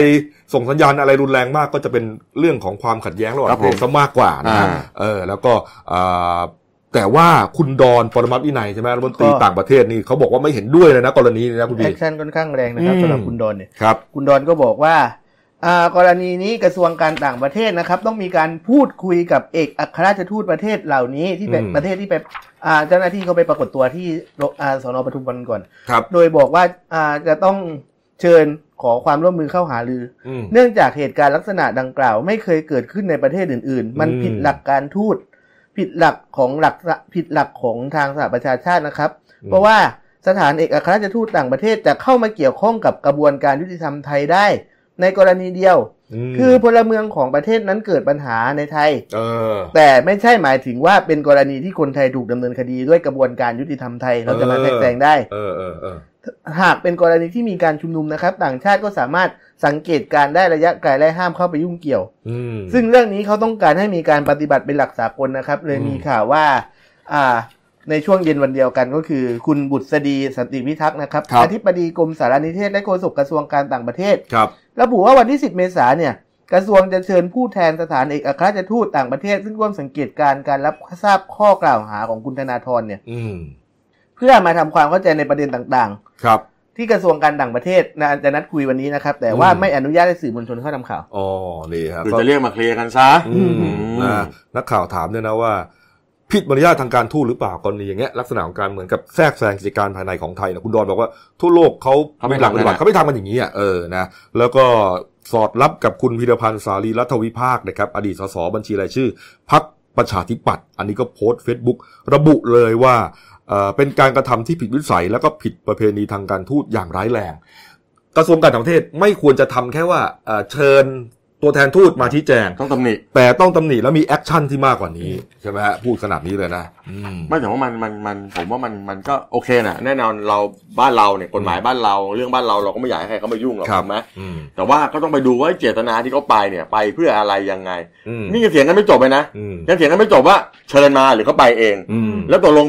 Speaker 1: ส่งสัญญาณอะไรรุนแรงมากก็จะเป็นเรื่องของความขัดแย้งระหว่าง
Speaker 2: ค
Speaker 1: ป
Speaker 2: รับ
Speaker 1: ระเทศ
Speaker 2: ผม
Speaker 1: ซะมากกว่านะฮะ
Speaker 2: อ่า
Speaker 1: เออแล้วก็อ่าแต่ว่าคุณดอนปรมัตถ์วินัยใช่ไหมรัฐมนตรี
Speaker 3: ก็
Speaker 1: ต่างประเทศนี่เขาบอกว่าไม่เห็นด้วยเลยนะกรณีนี้นะคุณ
Speaker 3: แอ
Speaker 1: บี
Speaker 3: คชั่นค่อนข้างแรงนะครับ
Speaker 1: อืม
Speaker 3: สำหรับคุณดอนเนี่ย
Speaker 1: ครับ
Speaker 3: คุณดอนก็บอกว่าอ่ากรณีนี้กระทรวงการต่างประเทศนะครับ ต้องมีการพูดคุยกับเอกอัครราชทูตประเทศเหล่านี้ที่เป็น
Speaker 1: อืม
Speaker 3: ประเทศที่ไปอ่าเจ้าหน้าที่เขาไปปรากฏตัวที่โรอ่าสนปทุมวันก่อน
Speaker 1: ครับ
Speaker 3: โดยบอกว่าอ่าจะต้องเชิญขอความร่วมมือเข้าหารือ
Speaker 1: อืม
Speaker 3: เนื่องจากเหตุการณ์ลักษณะดังกล่าว ไม่เคยเกิดขึ้นในประเทศอื่น ๆ มัน
Speaker 1: อืม
Speaker 3: ผิดหลักการทูต ผิดหลักของหลักผิดหลักของทางสหประชาชาตินะครับ เพราะว่าสถานเอกอัครราชทูตต่างประเทศจะเข้ามาเกี่ยวข้องกับกระบวนการยุติธรรมไทยได้ ในกรณีเดียว
Speaker 1: ม
Speaker 3: คือพลเมืองของประเทศนั้นเกิดปัญหาในไทย
Speaker 1: เออ
Speaker 3: แต่ไม่ใช่หมายถึงว่าเป็นกรณีที่คนไทยถูกดำเนินคดีด้วยกระบวนการยุติธรรมไทยเราจะมา
Speaker 1: เออ
Speaker 3: แทรกแซงได้
Speaker 1: เออเออเออ
Speaker 3: หากเป็นกรณีที่มีการชุมนุมนะครับ ต่างชาติก็สามารถสังเกตการณ์ได้ระยะไกลและห้ามเข้าไปยุ่งเกี่ยว
Speaker 1: อืม
Speaker 3: ซึ่งเรื่องนี้เขาต้องการให้มีการปฏิบัติเป็นหลักสากลนะครับ เลยมี
Speaker 1: อืม
Speaker 3: ข่าวว่าอ่า ในช่วงเย็นวันเดียวกันก็คือ คุณบุตรดีสันติวิทักษ์นะครับ
Speaker 2: ครับ
Speaker 3: อธิบดีกรมสารนิเทศและโฆษกกระทรวงการต่างประเทศ
Speaker 1: ครับ
Speaker 3: ระบุว่าวันที่ 10 เมษายนเนี่ย กระทรวงจะเชิญผู้แทนสถานเอกอัครราชทูตต่างประเทศ ซึ่งร่วมสังเกตการณ์การรับทราบข้อกล่าวหาของคุณธนาธรเนี่ย
Speaker 1: อืม
Speaker 3: เพื่อมาทำความเข้าใจในประเด็นต่าง
Speaker 1: ครับ
Speaker 3: ๆ ที่กระทรวงการต่างประเทศนะจะนัดคุยวันนี้นะครับ แต่ว่า
Speaker 1: อืม
Speaker 3: ไม่อนุญาตให้สื่อมวลชนเข้าทำข่าว
Speaker 1: อ๋อนี่ฮะ
Speaker 2: คือ
Speaker 1: ก็
Speaker 2: จะเรียกมาเคลียร์กันซะ
Speaker 1: อืมนะนักข่าวถามเนี่ยนะว่า ผิดมารยาททางการทูตหรือเปล่ากรณีอย่างเงี้ยลักษณะของการเหมือนกับแทรกแซงกิจการภายในของไทยนะคุณดอนบอกว่าทั่วโลกเขา
Speaker 2: เขาไม่
Speaker 1: หลักปฏิบัติ
Speaker 2: ทำกันอะ
Speaker 1: เขาไม่ทำกันอย่างนี้อ่ะเออนะแล้วก็สอดรับกับคุณพีรพันธ์สารีรัฐวิภาคนะครับ อดีตสสบัญชีรายชื่อพักประชาธิปัตย์อันนี้ก็โพสต์เฟซบุ๊กระบุเลยว่าเอ่อเป็นการกระทำที่ผิดวิสัย แล้วก็ผิดประเพณีทางการทูตอย่างร้ายแรง กระทรวงการต่างประเทศไม่ควรจะทำแค่ว่าเอ่อเชิญตัวแทนทูตมาชี้แจง
Speaker 2: ต้องตำหนิ
Speaker 1: แต่ต้องตำหนิแล้วมีแอคชั่นที่มากกว่านี้ ใช่ไหมฮะพูดขนาดนี้เลยนะอืม
Speaker 2: ไม่แต่ว่ามันมันมันผมว่ามันมันก็โอเคนะแน่นอนเราบ้านเราเนี่ยกฎหมายบ้านเรา เรื่องบ้านเราเราก็ไม่อยากให้ใครเขามายุ่งหรอก
Speaker 1: ครับ
Speaker 2: ถูกไหม
Speaker 1: อืม
Speaker 2: แต่ว่าก็ต้องไปดูว่าเจตนาที่เขาไปเนี่ยไปเพื่ออะไรยังไง
Speaker 1: อืม
Speaker 2: นี่ยังเถียงกันไม่จบเลยนะ
Speaker 1: อืม
Speaker 2: ยังเถียงกันไม่จบว่าเชิญมาหรือเขาไปเอง
Speaker 1: อืม
Speaker 2: แล้วตกลง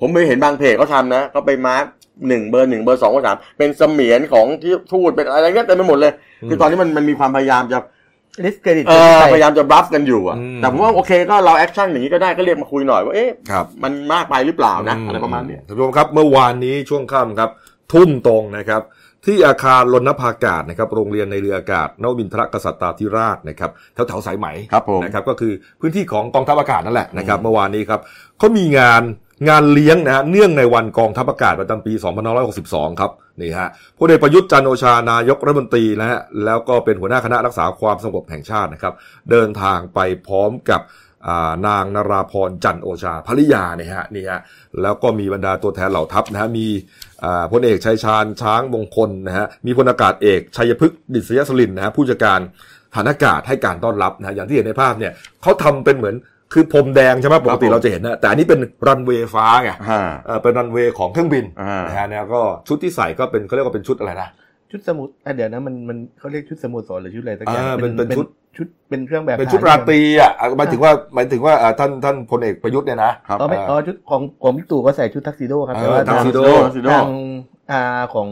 Speaker 2: ผมไปเห็นบางเพจเขาทำนะเขาไปมาร์กหนึ่งเบอร์หนึ่งเบอร์สองเบอร์สามเป็นเสมียนของที่ทูตเป็นอะไรเงี้ยเต็มไปหมดเลย คือตอนนี้มันมันมีความพยายามจะ
Speaker 3: Discredit เครดิต
Speaker 2: เออพยายามจะบลัฟกันอยู่อะ
Speaker 1: อืม
Speaker 2: แต่ผมว่าโอเคก็เราแอคชั่นอย่างนี้ก็ได้ก็เรียกมาคุยหน่อยว่าเอ๊ะ
Speaker 1: ครับ
Speaker 2: มันมากไปหรือเปล่านะอะไรประมาณเนี้ย
Speaker 1: ท่านผู้ชมครับเมื่อวานนี้ช่วงค่ำครับ ทุ่มตรงนะครับ ที่อาคารลนภากาศนะครับ โรงเรียนในเรืออากาศนวมินทรกษัตริย์ธิราชนะครับแถวแถวๆสายไหม
Speaker 2: ครับผม
Speaker 1: นะครับก็คือพื้นที่ของกองทัพอากาศนั่นแหละนะครับเมื่อวานนี้ครับเขามีงานงานเลี้ยงนะฮะเนื่องในวันกองทัพอากาศประจำปี2562 ครับนี่ฮะพลเอกประยุทธ์จันทร์โอชานายกรัฐมนตรีนะฮะแล้วก็เป็นหัวหน้าคณะรักษาความสงบแห่งชาตินะครับ เดินทางไปพร้อมกับอ่านางนราพรจันทร์โอชาภริยาเนี่ยฮะนี่ฮะแล้วก็มีบรรดาตัวแทนเหล่าทัพนะฮะมีอ่าพลเอกชัยชาญช้างมงคลนะฮะมีพลอากาศเอกชัยพฤกษ์ดิษยสลินนะฮะผู้จัดการ ฐานอากาศให้การต้อนรับนะอย่างที่เห็นในภาพเนี่ยเขาทำเป็นเหมือนคือพรมแดงใช่ไหมปกติ
Speaker 2: ผม
Speaker 1: เราจะเห็นนะแต่อันนี้เป็นรันเวย์ฟ้าไง
Speaker 2: ฮ่า
Speaker 1: เอ่อเป็นรันเวย์ของเครื่องบิน
Speaker 2: อ่าน
Speaker 1: นะฮะแล้วก็ชุดที่ใส่ก็เป็นเขาเรียกว่าเป็นชุดอะไรนะ
Speaker 3: ชุดสมุดอ่ะเดี๋ยวนะมันมันเขาเรียกชุดสมุดสอนหรือชุดอะไรสักอย่าง
Speaker 1: เออเป็นเป็นชุด
Speaker 3: ชุดเป็นเครื่องแบบ
Speaker 1: เป็นชุด
Speaker 3: ทห
Speaker 1: ราตรีอ่ะอ่ะหมายถึงว่าหมายถึงว่าอ่าท่านท่านพลเอกประยุทธ์เนี่ยนะ
Speaker 2: ครับ
Speaker 3: อ๋อไม่อ๋อชุดของของพี่ตู่ก็ใส่ชุดทักซิโดครับแต่ว่า
Speaker 1: เออทัก
Speaker 3: ทาง
Speaker 1: ซิโด
Speaker 2: ทักซิโด
Speaker 3: ทางอ่าของ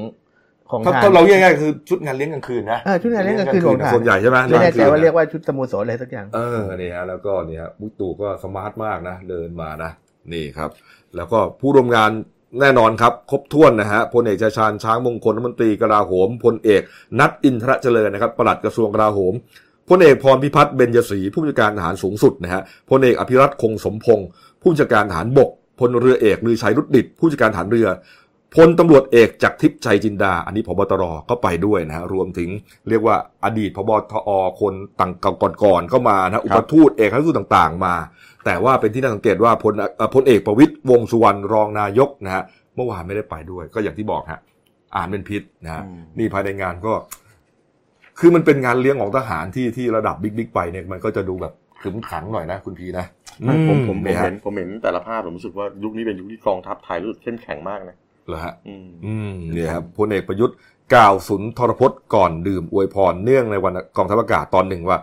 Speaker 3: ของ
Speaker 1: ถ้า
Speaker 3: ทหา
Speaker 1: ถ้าร เราเรียกง่ายๆคือชุดงานเลี้ยงกลางคืนนะ
Speaker 3: เออชุดงานเลี้ยงกลางคืนของทหาร
Speaker 1: ส่วนใหญ่ใช่ไหม
Speaker 3: ไม่แน่ใจว่าเรียก
Speaker 1: กลงคืนนะ
Speaker 3: ว่าชุดสโมสรอะไรสักอย่าง
Speaker 1: เออนี่ฮะแล้วก็เนี่ยฮะบุ๊กตู่ก็สมาร์ทมากนะเดินมานะนี่ครับ แล้วก็ผู้ร่วมงานแน่นอนครับ ครบถ้วนนะฮะพลเอกชาญชาญช้างมงคลรัฐมนตรีกลาโหมพลเอก นัทอินทรเจริญนะครับปลัดกระทรวงกลาโหมพลเอกพรพิพัฒน์เบญยศรีผู้บัญชาการทหารสูงสุดนะฮะพลเอกอภิรัตคงสมพงศ์ผู้บัญชาการทหารบกพลเรือเอกลือชัยรุดดิตผู้จัดการทหารเรือพลตำรวจเอกจากทิพย์ชัยจินดา อันนี้พบตรก็ไปด้วยนะฮะรวมถึงเรียกว่าอดีตพบทอคนต่างก่อนๆก็มานะฮะอุปทูตเอกอัครราชทูตต่างๆมา แต่ว่าเป็นที่น่าสังเกตว่าพลเอ่อพลเอกประวิตยวงษ์สุวรรณรองนายกนะฮะเมื่อวานไม่ได้ไปด้วย ก็อย่างที่บอกฮะอ่านเป็นพิษนะฮะ
Speaker 2: อืม
Speaker 1: นี่ภายในงานก็ คือมันเป็นงานเลี้ยงของทหารที่ที่ระดับบิ๊กบิ๊กไปเนี่ยมันก็จะดูแบบขึมขังหน่อยนะคุณพีนะ
Speaker 2: ไม่ผมผมผม
Speaker 1: นี่ฮะ
Speaker 2: เห็นผมเห็นแต่ละภาพผมรู้สึกว่ายุคนี้เป็นยุคที่กองทัพไทยรู้สึกเข้มแข็งมากนะ
Speaker 1: เหรอฮะ
Speaker 2: อืม
Speaker 1: อืมเนี่ยครับพลเอกประยุทธ์กล่าวสุนทรพจน์ก่อนดื่มอวยพรเนื่องในวันกองทัพอากาศตอนหนึ่งว่า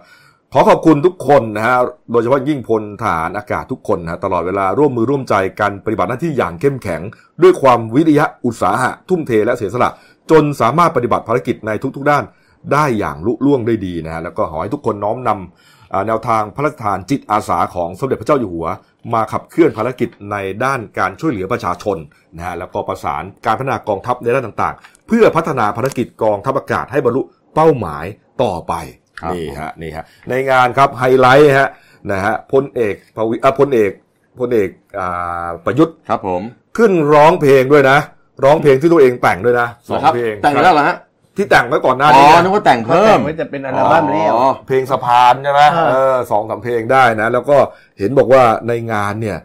Speaker 1: ขอขอบคุณทุกคนนะฮะโดยเฉพาะยิ่งพลฐานอากาศทุกคนนะฮะตลอดเวลาร่วมมือร่วมใจกันปฏิบัติหน้าที่อย่างเข้มแข็ง ด้วยความวิริยะอุตสาหะ ทุ่มเทและเสียสละ จนสามารถปฏิบัติภารกิจในทุกๆด้าน ได้อย่างลุล่วงได้ดีนะฮะแล้วก็ขอให้ทุกคนน้อมนำอ่าแนวทางพระราชทานจิตอาสาของสมเด็จพระเจ้าอยู่หัว มาขับเคลื่อนภารกิจในด้านการช่วยเหลือประชาชนนะฮะแล้วก็ประสานการพัฒนากองทัพในด้านต่างๆ เพื่อพัฒนาภารกิจกองทัพอากาศให้บรรลุเป้าหมายต่อไป
Speaker 2: ครับ
Speaker 1: นี่ฮะนี่ฮะในงานครับไฮไลท์ฮะนะฮะพลเอกประวิอ่ะพลเอกพลเอกอ่าประยุทธ์
Speaker 2: ครับผม
Speaker 1: ขึ้นร้องเพลงด้วยนะ ร้องเพลงที่ตัวเองแต่งด้วยนะสอง
Speaker 2: นะครับ
Speaker 1: เพลง
Speaker 2: แต่งแล้วเหรอฮะ
Speaker 1: ที่แต่งไว้ก่อนหน้า
Speaker 2: อ๋อ
Speaker 1: นี้นะ
Speaker 2: นึกว่าแต่ง
Speaker 3: เพิ่
Speaker 2: เพิ่ม
Speaker 3: มไว้จะเป็นอัลบั้มเรียบ
Speaker 2: อ๋อ
Speaker 1: เพลงสะพานใช่ไหม
Speaker 3: เออ
Speaker 1: เออสองสามเพลงได้นะ แล้วก็เห็นบอกว่าในงานเนี่ย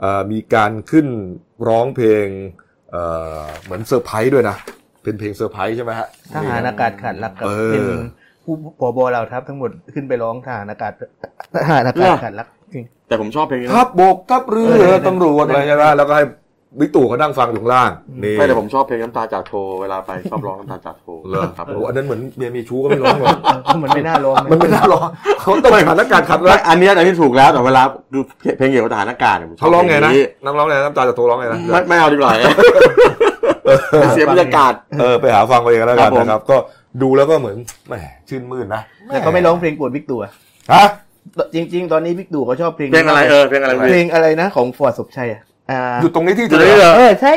Speaker 1: เอ่อมีการขึ้นร้องเพลงเอ่อเหมือนเซอร์ไพรส์ด้วยนะ เป็นเพลงเซอร์ไพรส์ใช่ไหมฮะ
Speaker 3: ทหารอากาศขาดหลักกับ
Speaker 1: เออ
Speaker 3: เป็นผู้ผบเหล่าทัพทั้งหมดขึ้นไปร้องทหารอากาศทหารอากาศขาดหลักจริง
Speaker 2: แต่ผมชอบเพลงนี้นะ
Speaker 1: ทัพบกทัพเรื
Speaker 3: เอ
Speaker 1: อ
Speaker 3: อ
Speaker 1: ตำรวจอะไรใช่ไหมแล้วก็ให้บิ๊กตู่เขานั่งฟังอยู่ข้างล่างนี่
Speaker 2: ไม่แต่ผมชอบเพลงน้ำตาจากโทเวลาไปชอบร้องน้ำตาจากโท
Speaker 1: เหรอ
Speaker 2: ครับ
Speaker 1: โอ้อันนั้นเหมือนเมียมีชู้ก็ไม่ร้องหรอก
Speaker 3: เออเพราะมันไม่น่าร้องเลย
Speaker 1: มันไม่น่าร้องเขาต้องไปผ่านอากาศขัด
Speaker 2: ไม่
Speaker 1: รัก
Speaker 2: อันเนี้ยอันนี้ถูกแล้วแต่เวลาดูเพลงเกี่ยวกับทหารอากาศนี่ยผมชบ
Speaker 1: เขาร้องไงนะ
Speaker 2: พ
Speaker 1: น้องร้องไงน้ำตาจะโทรร้องไงนะ
Speaker 2: ไม่ไม่เอาดีกว่า เสียบรรยากาศ
Speaker 1: เออไปหาฟังเอาเองกันแล้วกัน
Speaker 2: ครับผม
Speaker 1: นะครับ ก็ ดูแล้วก็เหมือนแหมชื่นมื่นนะ
Speaker 3: แต่เขาไม่ร้องเพลงโปรดบิ๊กตู่อะ
Speaker 1: ฮะ
Speaker 3: จริง ๆ ตอนนี้บิ๊กตู่เขาชอบเพลง
Speaker 2: เพลงอะไรเออเพลงอะไร
Speaker 3: เพลงอะไรนะของฟอร์ดสบชัยอะอ่า
Speaker 1: หยุดตรงนี้ที่
Speaker 2: เพลงนี้เหรอ
Speaker 3: เออใช่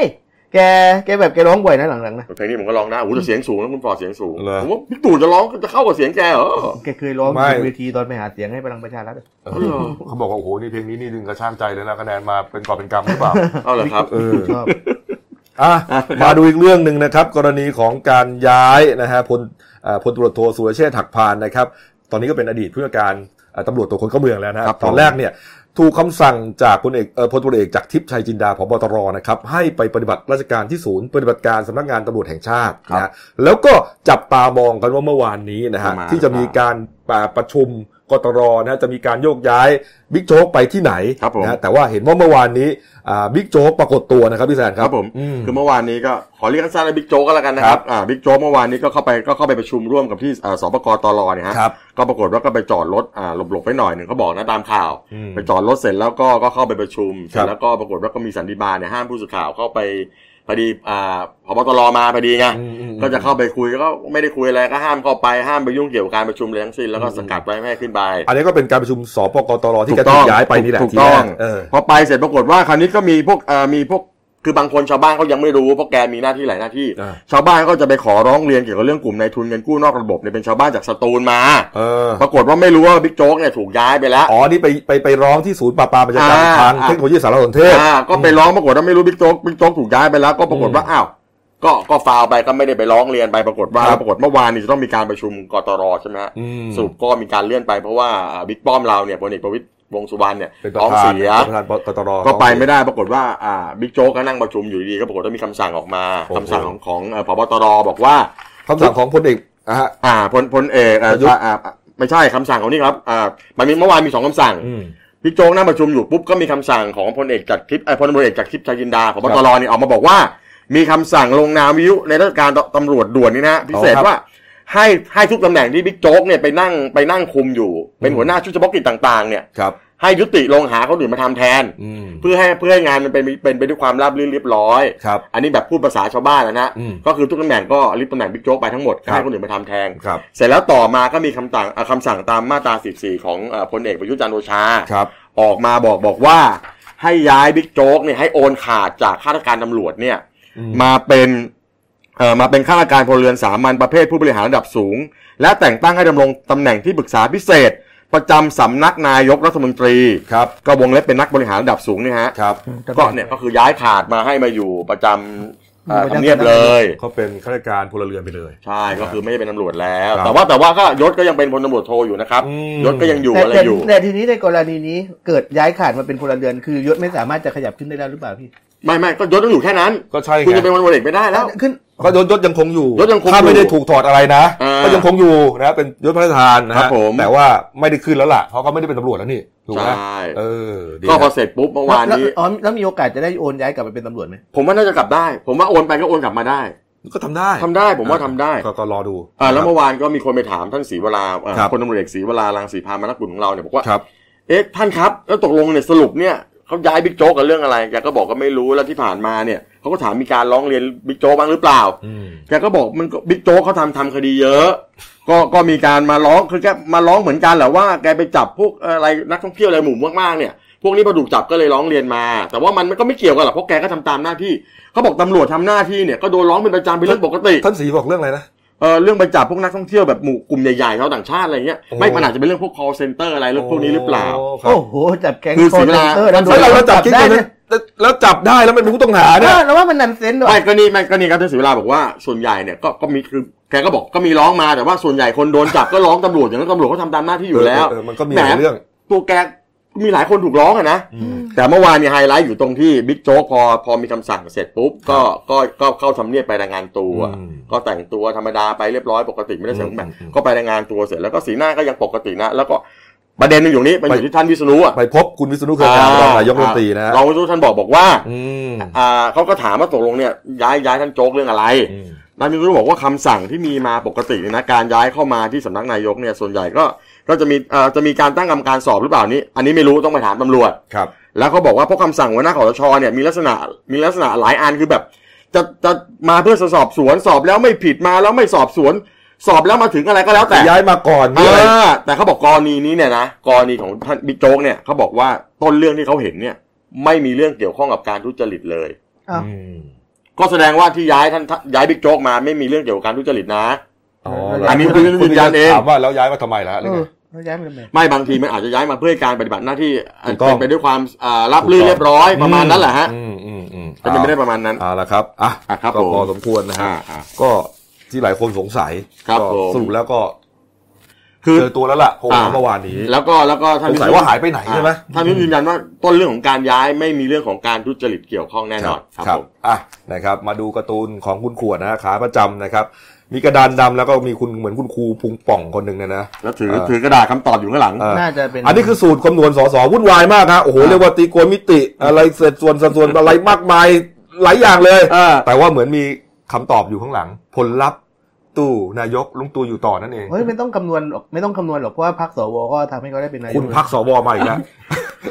Speaker 3: แกแกแบบแกร้องบ่อยนะหลังๆนะ
Speaker 2: เพลงนี้ผมก็ร้องได้โอ้โหแต่เสียงสูงนะคุณปอเสียงสูงผมว่าพี่ตู่จะร้องจะเข้ากับเสียงแกเหรอ
Speaker 3: แกเคยร้องอยู่บนเวทีตอนไปหาเสียงให้พลังประชารัฐอะ
Speaker 1: เออเขาบอกว่าโอ้โหนี่เพลงนี้นี่ดึงกระช่างใจเลยนะคะแนนมาเป็นกอบเป็นกำหรือเปล่า
Speaker 2: เอาเหรอครับ
Speaker 1: เออ
Speaker 3: ชอบ
Speaker 1: อ่ะมาดูอีกเรื่องหนึ่งนะครับ กรณีของการย้ายนะฮะพลอ่าพลตำรวจโทสุรเชษฐ์ถักพานนะครับ ตอนนี้ก็เป็นอดีตผู้ว่าการอ่าตำรวจตรวจคนเข้าเมืองแล้วนะฮะ
Speaker 2: ครับผม
Speaker 1: ตอนแรกเนี่ยถูกคำสั่งจากพลเอกเอ่อพลตำรวจเอกจากทิพย์ชัยจินดาพบตรนะครับให้ไปปฏิบัติราชการที่ศูนย์ ปฏิบัติการสำนักงานตำรวจแห่งชาตินะฮะแล้วก็จับตามองกันว่าเมื่อวานนี้นะฮะ
Speaker 2: มา
Speaker 1: ที่จะมีการอ่าประชุมกตรนะฮะจะมีการโยกย้ายบิ๊กโจ๊กไปที่ไหนนะฮะแต่ว่าเห็นว่าเมื่อวานนี้อ่าบิ๊กโจ๊กปรากฏตัวนะครับพี่แซนค
Speaker 2: ค
Speaker 1: รั
Speaker 2: รับ บผม
Speaker 1: อืม
Speaker 2: คือเมื่อวานนี้ก็ขอเรียกสั้นๆว่าบิ๊กโจ๊กก็แล้วกันนะค
Speaker 1: ครั
Speaker 2: รับบ อ่าบิ๊กโจ๊กเมื่อวานนี้ก็เข้าไปก็เข้าไปประชุมร่วมกับที่อ่าสปกตรเนี่ยฮะ
Speaker 1: ครับ
Speaker 2: ก็ปรากฏว่าก็ไปจอดรถอ่าหลบๆไปหน่อยหนึ่งเขาบอกนะตามข่าว
Speaker 1: อืม
Speaker 2: ไปจอดรถเสร็จแล้วก็ก็เข้าไปประชุมเส
Speaker 1: ครับ
Speaker 2: ร็จแล้วก็ปรากฏว่าก็มีสันติบาลเนี่ยห้ามผู้สื่อข่าวเข้าไปพอดีอ่าพบตรมาพอดีไง
Speaker 1: อืมอืม
Speaker 2: ก็จะเข้าไปคุยก็ไม่ได้คุยอะไรก็ห้ามเข้าไปห้ามไปยุ่งเกี่ยวกับการประชุมเลยทั้งสิ้นแล้วก็
Speaker 1: อืม
Speaker 2: สกัดไว้ไม่ให้ขึ้นไป
Speaker 1: อันนี้ก็เป็นการประชุมสปกตรที่แก
Speaker 2: ถูกต้
Speaker 1: ถู
Speaker 2: อง
Speaker 1: กย้ายไปนี่แหละ
Speaker 2: ถูก
Speaker 1: ที่แร
Speaker 2: ต้อง
Speaker 1: เออ
Speaker 2: พอไปเสร็จปรากฏว่าคราวนี้ก็มีพวกเอ่อมีพวกคือบางคนชาวบ้านเขายังไม่รู้เพราะแกมีหน้าที่หลายหน้าที่
Speaker 1: อ่า
Speaker 2: ชาวบ้านก็จะไปขอร้องเรียนเกี่ยวกับเรื่องกลุ่มนายทุนเงินกู้นอกระบบเนี่ยเป็นชาวบ้านจากสตูลมา
Speaker 1: เออ
Speaker 2: ปรากฏว่าไม่รู้ว่าบิ๊กโจ๊กเนี่ยถูกย้ายไปแล้ว
Speaker 1: อ๋อนี่ไปไปไปร้องที่ศูนย์ปราบปรามประชากรรม
Speaker 2: อ่า
Speaker 1: ทาง
Speaker 2: อ่า
Speaker 1: เทคโนโลยีสารสนเทศ
Speaker 2: อ่าก็ไปร้องปรากฏว่าไม่รู้บิ๊กโจ๊กบิ๊กโจ๊กถูกย้ายไปแล้วก็ปรากฏว่าอ้าวก็ก็ฟาวไปก็ไม่ได้ไปร้องเรียนไปปรากฏว่า
Speaker 1: ครับ
Speaker 2: ปรากฏเมื่อวานนี้จะต้องมีการประชุมกตรใช่ไหมฮะ
Speaker 1: อืม
Speaker 2: สรุปก็มีการเลื่อนไปเพราะว่าอ่าบิ๊กป้อมเราเนี่ยพลเอกประวิตรวงษ์สุวรรณเนี่ย
Speaker 1: เป็นป
Speaker 2: ท้อ
Speaker 1: ระ
Speaker 2: ง
Speaker 1: ธาน
Speaker 2: เสีย
Speaker 1: ประธานกตร
Speaker 2: ก็ไปไม่ได้ปรากฏว่าอ่าบิ๊กโจ๊กก็นั่งประชุมอยู่ดีๆก็ปรากฏว่ามีคำสั่งออกมา
Speaker 1: โอ้โห
Speaker 2: คำสั่งของของเอ่อพบตรบอกว่า
Speaker 1: คำสั่งของพลเอกนะฮะ
Speaker 2: อ่าพลพลเอกเอ่อ
Speaker 1: ประยุทธ์
Speaker 2: อ่าอ่าไม่ใช่คำสั่งของนี่ครับอ่ามันมีเมื่อวานมีสองคำสั่ง
Speaker 1: อืม
Speaker 2: บิ๊กโจ๊กนั่งประชุมอยู่ปุ๊บก็มีคำสั่งของพลเอกจักรทิพย์เอ่อพลตำรวจเอกจักรทิพย์ชายจินดาพบตรเนี่ยออกมาบอกว่า มีคำสั่งลงนามวิวในราชการตำรวจด่วนนี่นะฮะพิเศษ
Speaker 1: อ๋อครับ
Speaker 2: ว่าให้ให้ทุกตำแหน่งที่บิ๊กโจ๊กเนี่ยไปนั่งไปนั่งคุมอยู่ เป็นหัวหน้าชุดเฉพาะกิจต่างๆเนี่ย
Speaker 1: ครับ
Speaker 2: ให้ยุติลงหาเขาอื่นมาทำแทน
Speaker 1: อืม
Speaker 2: เพื่อให้เพื่อให้งานมันเป็นเป็นไปด้วยความราบรื่นเรียบร้อย
Speaker 1: ครับ
Speaker 2: อันนี้แบบพูดภาษาชาวบ้านนะนะ
Speaker 1: อืม
Speaker 2: ก็คือทุกตำแหน่งก็ริบตำแหน่งบิ๊กโจ๊กไปทั้งหมด
Speaker 1: ครับ
Speaker 2: ให้คนอื่นมาทำแทน
Speaker 1: ครับ
Speaker 2: เสร็จแล้วต่อมาก็มีคำสั่งอ่ะคำสั่งตามมาตรา 14 ของเอ่อพลเอกประยุทธ์จันทร์โอชา
Speaker 1: ครับ
Speaker 2: ออกมาบอกบอกว่า ให้ย้ายบิ๊กโจ๊กเนี่ยให้โอนขาดจากข้าราชการตำรวจเนี่ย
Speaker 1: อืม
Speaker 2: มาเป็นเอ่อมาเป็นข้าราชการพลเรือนสามัญประเภทผู้บริหารระดับสูง และแต่งตั้งให้ดำรงตำแหน่งที่ปรึกษาพิเศษ ประจำสำนักนายกรัฐมนตรี
Speaker 1: ครับ
Speaker 2: ก็วงเล็บเป็นนักบริหารระดับสูงเนี่ยฮะ
Speaker 1: ครับ
Speaker 2: ก็เนี่ยก็คือย้ายขาดมาให้มาอยู่ประจำเอ่อ
Speaker 3: ประจำ
Speaker 2: ทำเนียบเลย
Speaker 1: ก็เป็นข้าราชการพลเรือนไปเลย
Speaker 2: ใช่ก็คือไม่ได้เป็นตำรวจแล้ว
Speaker 1: ครับ
Speaker 2: แต่ว่าแต่ว่าก็ยศก็ยังเป็นพลตำรวจโทอยู่นะครับ
Speaker 1: อืม
Speaker 2: ยศก็ยังอยู่
Speaker 3: แต่
Speaker 2: อะไร
Speaker 3: แต่
Speaker 2: อยู่
Speaker 3: แต่ทีนี้ในกรณีนี้เกิดย้ายขาดมาเป็นพลเรือนคือยศไม่สามารถจะขยับขึ้นได้แล้วหรือเปล่าพี่
Speaker 2: ไม่ไม่ก็ยศต้องอยู่แค่นั้น
Speaker 1: ก็ใช่
Speaker 2: คุณ
Speaker 1: ไง
Speaker 2: จะเป็นพลตำรวจเอกไม่ได้แล้ว
Speaker 3: ขึ้น
Speaker 1: ก็ยศยศยังคงอยู่
Speaker 2: ยศยังคงอยู่
Speaker 1: ถ้าไม่ได้ถูกถอดอะไรนะ
Speaker 2: อ่า
Speaker 1: ก็ยังคงอยู่นะเป็นยศพระราชทานนะ
Speaker 2: ครั
Speaker 1: ฮะ
Speaker 2: บผม
Speaker 1: แต่ว่าไม่ได้ขึ้นแล้วล่ะเพราะเขาไม่ได้เป็นตำรวจแล้วนี่ถูก
Speaker 2: ใช
Speaker 1: ไหม่ เออดี
Speaker 2: ก็พอ
Speaker 1: นะ
Speaker 2: เสร็จปุ๊บเมื่อวานนี้
Speaker 3: แล้วแล้วอ๋อแล้วมีโอกาสจะได้โอนย้ายกลับไปเป็นตำรวจไหม
Speaker 2: ผมว่าน่าจะกลับได้ ผมว่าโอนไปก็โอนกลับมาได้
Speaker 1: ก็ทำได้
Speaker 2: ทำได้ผมว่าทำได้
Speaker 1: ก็ก็รอดู
Speaker 2: อ่าแล้วเมื่อวานก็มีคนไปถามท่านศรีวราเอ่อ
Speaker 1: ครับ
Speaker 2: พลตำรวจเอกศรีวรารังสีพามานกุลของเราเนี่ยบอกว่า
Speaker 1: ครับ
Speaker 2: เอ๊ะท่านครับแล้วตกลงเนี่ยสรุปเนี่ยเขาย้ายบิ๊กโจ๊กกันเรื่องอะไรแกก็บอกก็ไม่รู้แล้วที่ผ่านมาเนี่ยเขาก็ถามมีการร้องเรียนบิ๊กโจ๊กบ้างหรือเปล่า
Speaker 1: อืม
Speaker 2: แกก็บอกมันก็บิ๊กโจ๊กเขาทำทำคดีเยอะ ก็ก็มีการมาร้องคือแกมาร้องเหมือนกันแหละว่าแกไปจับพวกเอ่ออะไรนักท่องเที่ยวอะไรหมู่มากๆเนี่ยพวกนี้พอถูกจับก็เลยร้องเรียนมา แต่ว่ามันมันก็ไม่เกี่ยวกันหรอกเพราะแกก็ทำตามหน้าที่เขาบอกตำรวจทำหน้าที่เนี่ยก็โดนร้องเป็นประจำเป็นเรื่องปกติ
Speaker 1: ท่านสีบอกเรื่องอะไรนะ
Speaker 2: เออเรื่องไปจับพวกนักท่องเที่ยวแบบหมู่กลุ่มใหญ่ๆเขาต่างชาติอะไรเงี้ยไม่มันอาจจะเป็นเรื่องพวก call center อะไรเรื่องพวกนี้หรือเปล่า
Speaker 1: โอ้
Speaker 3: โอ้โหจับแก๊ง
Speaker 2: คือศิลา
Speaker 3: เตอร์แล้วโด
Speaker 1: ถ้านเราจับคิด
Speaker 3: ได้
Speaker 1: คนนั้
Speaker 3: เนี่
Speaker 1: น
Speaker 3: ย
Speaker 1: แล้วจับได้แล้วมันเป็นผู้ต้องหาเนี่ย
Speaker 3: เออแล้วว่ามันนันเซนส์ด้วย
Speaker 2: ไม่ก็นี่ไม่ก็นี่ครับท่านศิวราบอกว่าส่วนใหญ่เนี่ยก็ก็มีคือแกก็บอกก็มีร้องมาแต่ว่าส่วนใหญ่คนโดนจับก็ร้องตำรวจอย่างนั้นตำรวจเขาทำตามหน้าที่อยู่แล้ว
Speaker 1: เออเออมันก็มีหลายเรื่อง
Speaker 2: ตัวแกมีหลายคนถูกร้องอะนะแต่เมื่อวานเนี่ยไฮไลท์อยู่ตรงที่บิ๊กโจ๊กพอพอมีคำสั่งเสร็จปุ๊บก็ก็ก็เข้าทำเนียบไปรายงานตัว
Speaker 1: อืม
Speaker 2: ก็แต่งตัวธรรมดาไปเรียบร้อยปกติไม่ได้เสียงแบบ
Speaker 1: อืมอืม
Speaker 2: ก็ไปรายงานตัวเสร็จแล้วก็สีหน้าก็ยังปกตินะ แล้วก็ประเด็นหนึงอยู่นี้มันอยู่ที่ท่านวิษณุอะ
Speaker 1: ไปพบคุณวิษณุเครืองามรองนายกรัฐมนตรีนะฮะ
Speaker 2: รองวิษณุท่านบอกบอกว่า
Speaker 1: อืม
Speaker 2: อ่าเขาก็ถามว่าตกลงเนี่ยย้ายย้ายท่านโจ๊กเรื่องอะไร
Speaker 1: อืม
Speaker 2: นายมิรู้บอกว่าคำสั่งที่มีมาปกติเนี่ยนะการย้ายเข้ามาที่สำนักนายกเนี่ยส่วนใหญ่ก็ก็จะมีเอ่อจะมีการตั้งกรรมการสอบหรือเปล่านี้ อันนี้ไม่รู้ต้องไปถามตำรวจ
Speaker 1: ครับ
Speaker 2: แล้วเขาบอกว่าเพราะคำสั่งหัวหน้าขอสชเนี่ยมีลักษณะมีลักษณะหลายอันคือแบบ จะจะมาเพื่อสอบสวนสอบแล้วไม่ผิดมาแล้วไม่สอบสวน สอบแล้วมาถึงอะไรก็แล้วแต่
Speaker 1: ย้ายมาก่อน
Speaker 2: เอ
Speaker 1: ด้วย
Speaker 2: อแต่เขาบอกกรณีนี้เนี่ยนะกรณีของท่านบิ๊กโจ๊กเนี่ยเขาบอกว่าต้นเรื่องที่เขาเห็นเนี่ย ไม่มีเรื่องเกี่ยวข้องกับการทุจริตเลย
Speaker 3: อ้าว
Speaker 1: ม
Speaker 2: ก็แสดงว่าที่ย้ายท่านท่านย้ายบิ๊กโจ๊กมาไม่มีเรื่องเกี่ยวกับการทุจริตนะ
Speaker 1: อ๋อแล้ว
Speaker 2: อันนี้คุณยืนยันเอง
Speaker 1: ถามว่าแล้วย้ายมาทำไมล่ะห
Speaker 3: เอ
Speaker 1: รือไง
Speaker 3: อแล้วย้ายไปทำไม
Speaker 2: ไม่บางทีมันอาจจะย้ายมาเพื่อการปฏิบัติหน้าที่
Speaker 1: ถูกต้อง
Speaker 2: เป็นไปด้วยความอ่ารับรื่นเรียบร้อยประมาณนั้นแหละฮะ
Speaker 1: อืมอืมอืม
Speaker 2: แต่มันไม่ได้ประมาณนั้น
Speaker 1: เอาละครับอ่ะ
Speaker 2: อ่ะครับ
Speaker 1: ก็
Speaker 2: ผม
Speaker 1: พอสมควรนะฮะ
Speaker 2: อ่าอ่า
Speaker 1: ก็ที่หลายคนสงสัย
Speaker 2: ครับ
Speaker 1: ก็
Speaker 2: ผม
Speaker 1: สรุปแล้วก็
Speaker 2: คือ
Speaker 1: เจอตัวแล้วล่ะคง
Speaker 2: อ่า
Speaker 1: เมื่อวานนี้
Speaker 2: แล้วก็แล้วก็ท่าน
Speaker 1: สงสัยว่าหายไปไหนใช่ไหม
Speaker 2: ท่านวิทย์ยืนยันว่าต้นเรื่องของการย้ายไม่มีเรื่องของการทุจริตเกี่ยวข้องแน่นอนครับผม
Speaker 1: อ่ะนะครับ มาดูการ์ตูนของคุณขวดนะฮะขาประจำนะครับ มีกระดานดำแล้วก็มีคุณเหมือนคุณครูพุงป่องคนหนึ่งเนยนะ
Speaker 2: แล้วถือ
Speaker 1: เออ
Speaker 2: ถือกระดาษคำตอบอยู่ข้างหลัง
Speaker 1: เออ
Speaker 3: น่าจะเป็น
Speaker 1: อันนี้คือสูตรคำนวณสอสอวุ่นวายมากนะโอ้โห
Speaker 2: อ่า
Speaker 1: เรียกว่าตีโกนมิติ อะไรเศษส่วนสัดส่วนอะไรมากมายหลายอย่างเลย
Speaker 2: เออ
Speaker 1: แต่ว่าเหมือนมีคำตอบอยู่ข้างหลัง ผลลัพธ์ตู้นายกลุงตู่อยู่ต่อนั่นเอง
Speaker 3: เฮ้ยไม่ต้องคำนวณหรอกไม่ต้องคำนวณหรอกเพราะว่าพรรคสวก็ทำให้เขาได้เป็นนายก
Speaker 1: คุณพักสวมาอี กแล้ว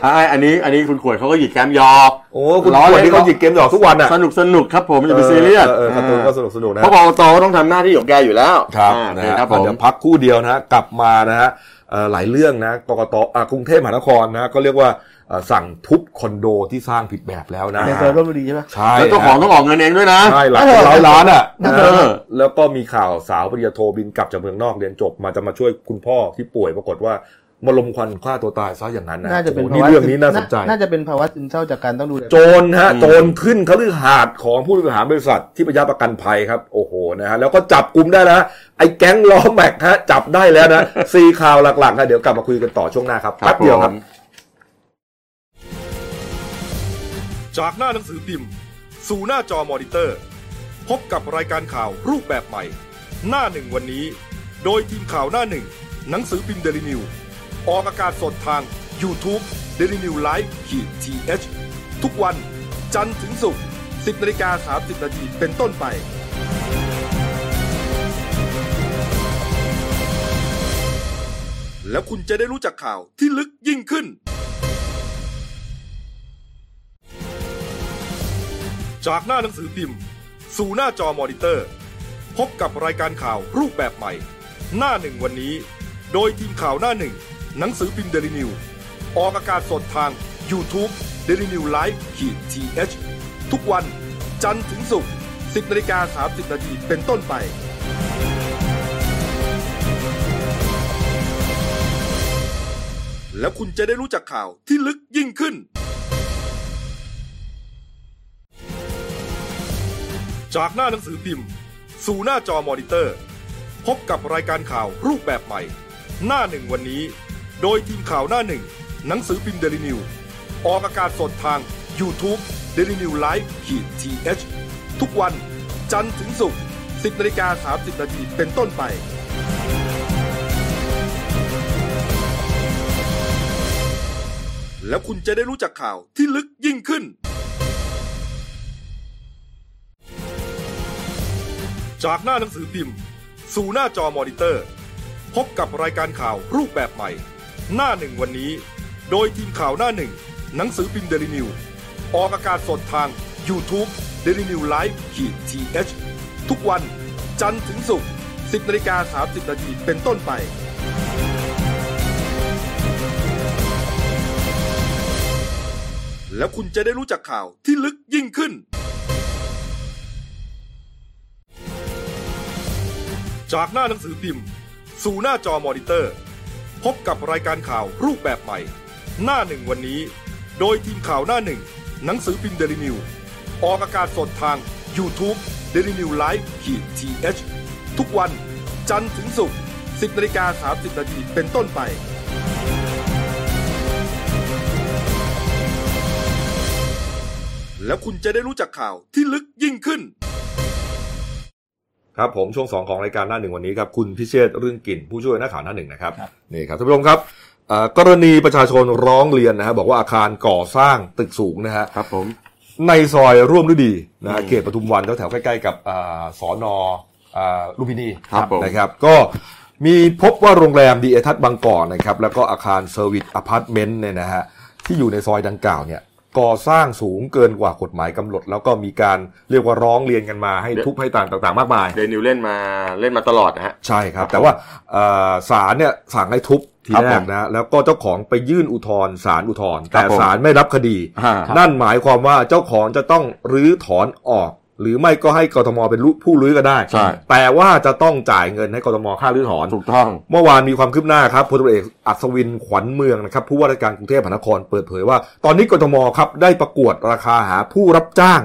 Speaker 2: อ่าอันนี้อันนี้คุณขวดเขาก็หยิกแกมหยอก
Speaker 1: โอ้คุณ
Speaker 2: ล้อ
Speaker 1: ขว
Speaker 2: เล่น
Speaker 1: ดนี่เขาหยิกเกมหยอกทุกวันอ่ะ
Speaker 2: สนุกสนุกครับผมอย่าไปซีเรียส
Speaker 1: ออออการ์ตูนก็สนุกสนุกนะ
Speaker 2: เพราะกตก็ต้องทำหน้าที่ของแกอยู่แล้ว
Speaker 1: ครับ
Speaker 2: อ่า
Speaker 1: นะ
Speaker 2: โอเค
Speaker 1: ฮะ
Speaker 2: ครับผ
Speaker 1: ก่อน
Speaker 2: ม
Speaker 1: เดี๋ยวพักครู่เดียวนะฮะกลับมานะฮะเอ่อหลายเรื่องนะกกตอ่ะกรุงเทพมหานครนะฮะก็เรียกว่าเอ่อสั่งทุบคอนโดที่สร้างผิดแบบแล้วนะ
Speaker 3: ใน
Speaker 1: ฮะ
Speaker 3: ซอยร่วมบุรีใช่ปะ
Speaker 1: ใช่
Speaker 2: แล้วเจ้าของต้องออกเงินเองด้วยนะ
Speaker 1: ใช่หลายร้อยล้านอ่ะ
Speaker 2: เออ
Speaker 1: เออแล้วก็มีข่าวสาวปริญญาโทบินกลับจากเมืองนอกเรียนจบมาจะมาช่วยคุณพ่อที่ป่วยปรากฏว่ามาลมควันฆ่าตัวตายซะอย่างนั้นนะ
Speaker 3: น่าจะเป็น
Speaker 1: โอ้
Speaker 3: ภา
Speaker 1: โห
Speaker 3: วะ
Speaker 1: เรื่องนี้น่าสนใจ
Speaker 3: น่าจะเป็นภาวะซึมเศร้าจากการต้องดูแล
Speaker 1: โจรฮะโจรขึ้นคฤหาสน์ของผู้บริหารบริษัทที่พยาประกันภัยครับ โอ้โหนะฮะแล้วก็จับกลุ่มได้แล้วฮะไอ้แก๊งล้อแม็กฮะจับได้แล้วนะ สี่ข่าวหลักๆฮะเดี๋ยวกลับมาคุยกันต่อช่วงหน้าครับแป๊บเดียวครับ
Speaker 2: ผม
Speaker 1: จากหน้าหนังสือพิมพ์ สู่หน้าจอมอนิเตอร์ พบกับรายการข่าวรูปแบบใหม่ หน้าหนึ่งวันนี้ โดยทีมข่าวหน้าหนึ่ง หนังสือพิมพ์เดลิวิวออกอากาศสดทาง y o u t u เดลิวิวไลฟ์ขีดทีเทุกวัน จันทร์ถึงศุกร์10นาฬิกา30นาทีเป็นต้นไป แล้วคุณจะได้รู้จักข่าวที่ลึกยิ่งขึ้น จากหน้าหนังสือพิมพ์ สู่หน้าจอมอนิเตอร์ พบกับรายการข่าวรูปแบบใหม่ หน้าหนึ่งวันนี้ โดยทีมข่าวหน้าหนึ่ง หนังสือพิมพ์เดลิวิวออกอากาศสดทาง y o u t u เดลิวิวไลฟ์ขีดทีเทุกวัน จันทร์ถึงศุกร์10นาฬิกา30นาทีเป็นต้นไป แล้วคุณจะได้รู้จักข่าวที่ลึกยิ่งขึ้น จากหน้าหนังสือพิมพ์ สู่หน้าจอมอนิเตอร์ พบกับรายการข่าวรูปแบบใหม่ หน้าหนึ่งวันนี้ โดยทีมข่าวหน้าหนึ่ง หนังสือพิมพ์เดลิวิวออกอากาศสดทาง y o u t u เดลิวิวไลฟ์ขีดทีเทุกวัน จันทร์ถึงศุกร์10นาฬิกา30นาทีเป็นต้นไป แล้วคุณจะได้รู้จักข่าวที่ลึกยิ่งขึ้น จากหน้าหนังสือพิมพ์ สู่หน้าจอมอนิเตอร์ พบกับรายการข่าวรูปแบบใหม่ หน้าหนึ่งวันนี้ โดยทีมข่าวหน้าหนึ่ง หนังสือพิมพ์เดลิวิวออกอากาศสดทาง y o u t u เดลิวิวไลฟ์ขีดทีเทุกวัน จันทร์ถึงศุกร์10นาฬิกา30นาทีเป็นต้นไป แล้วคุณจะได้รู้จักข่าวที่ลึกยิ่งขึ้น จากหน้าหนังสือพิมพ์ สู่หน้าจอมอนิเตอร์ พบกับรายการข่าวรูปแบบใหม่ หน้าหนึ่งวันนี้ โดยทีมข่าวหน้าหนึ่ง หนังสือพิมพ์เดลิวิวออกอากาศสดทาง y o u t u เดลิวิวไลฟ์ขีดทีเทุกวัน จันทร์ถึงศุกร์10นาฬิกา30นาทีเป็นต้นไป แล้วคุณจะได้รู้จักข่าวที่ลึกยิ่งขึ้น ครับผมช่วง 2 ของรายการหน้าหนึ่งวันนี้ครับคุณพิเชษฐ์เรื่องกลิ่นผู้ช่วยนักข่าวหน้าหนึ่งนะครับนี่ครับท่านผู้ชมครับเอ่อกรณีประชาชนร้องเรียนนะฮะบอกว่าอาคารก่อสร้างตึกสูงนะฮะ
Speaker 2: ครับผม
Speaker 1: ในซอยร่วมฤดีนะฮะ
Speaker 2: อืม
Speaker 1: เขตปทุมวันแถวๆใกล้ๆกับอ่าสอนอาลุมพินี
Speaker 2: ครับผม
Speaker 1: นะครับก็มีพบว่าโรงแรมดีเอทัศบางกอกนะครับแล้วก็อาคารเซอร์วิสอพาร์ตเมนต์เนี่ยนะฮะที่อยู่ในซอยดังกล่าวเนี่ย ก่อสร้างสูงเกินกว่ากฎหมายกำหนด แล้วก็มีการเรียกว่าร้องเรียนกันมาให้ทุบให้ต่างต่าง ๆ มากมาย
Speaker 2: เดนิวเล่นมาเล่นมาตลอดนะฮะ
Speaker 1: ใช่ครับ แต่ว่าเอ่อศาลเนี่ยสั่งให้ทุบที
Speaker 2: ค
Speaker 1: แรก
Speaker 2: รับผม
Speaker 1: นะแล้วก็เจ้าของไปยื่นอุทธรณ์ศาลอุทธรณ์
Speaker 2: ครั
Speaker 1: แต่
Speaker 2: บผม
Speaker 1: ศาลไม่รับคดี
Speaker 2: อ่า
Speaker 1: นั่นหมายความว่าเจ้าของจะต้องรื้อถอนออก หรือไม่ก็ให้กทมเป็นผู้รื้อก็ได้
Speaker 2: ใช่
Speaker 1: แต่ว่าจะต้องจ่ายเงินให้กทมค่ารื้อถอน
Speaker 2: ถูกต้อง
Speaker 1: เมื่อวานมีความคืบหน้าครับพลตำรวจเอกอัศวินขวัญเมืองนะครับผู้ว่าราชการกรุงเทพมหานครเปิดเผยว่า ตอนนี้กทมครับได้ประกวดราคาหาผู้รับจ้าง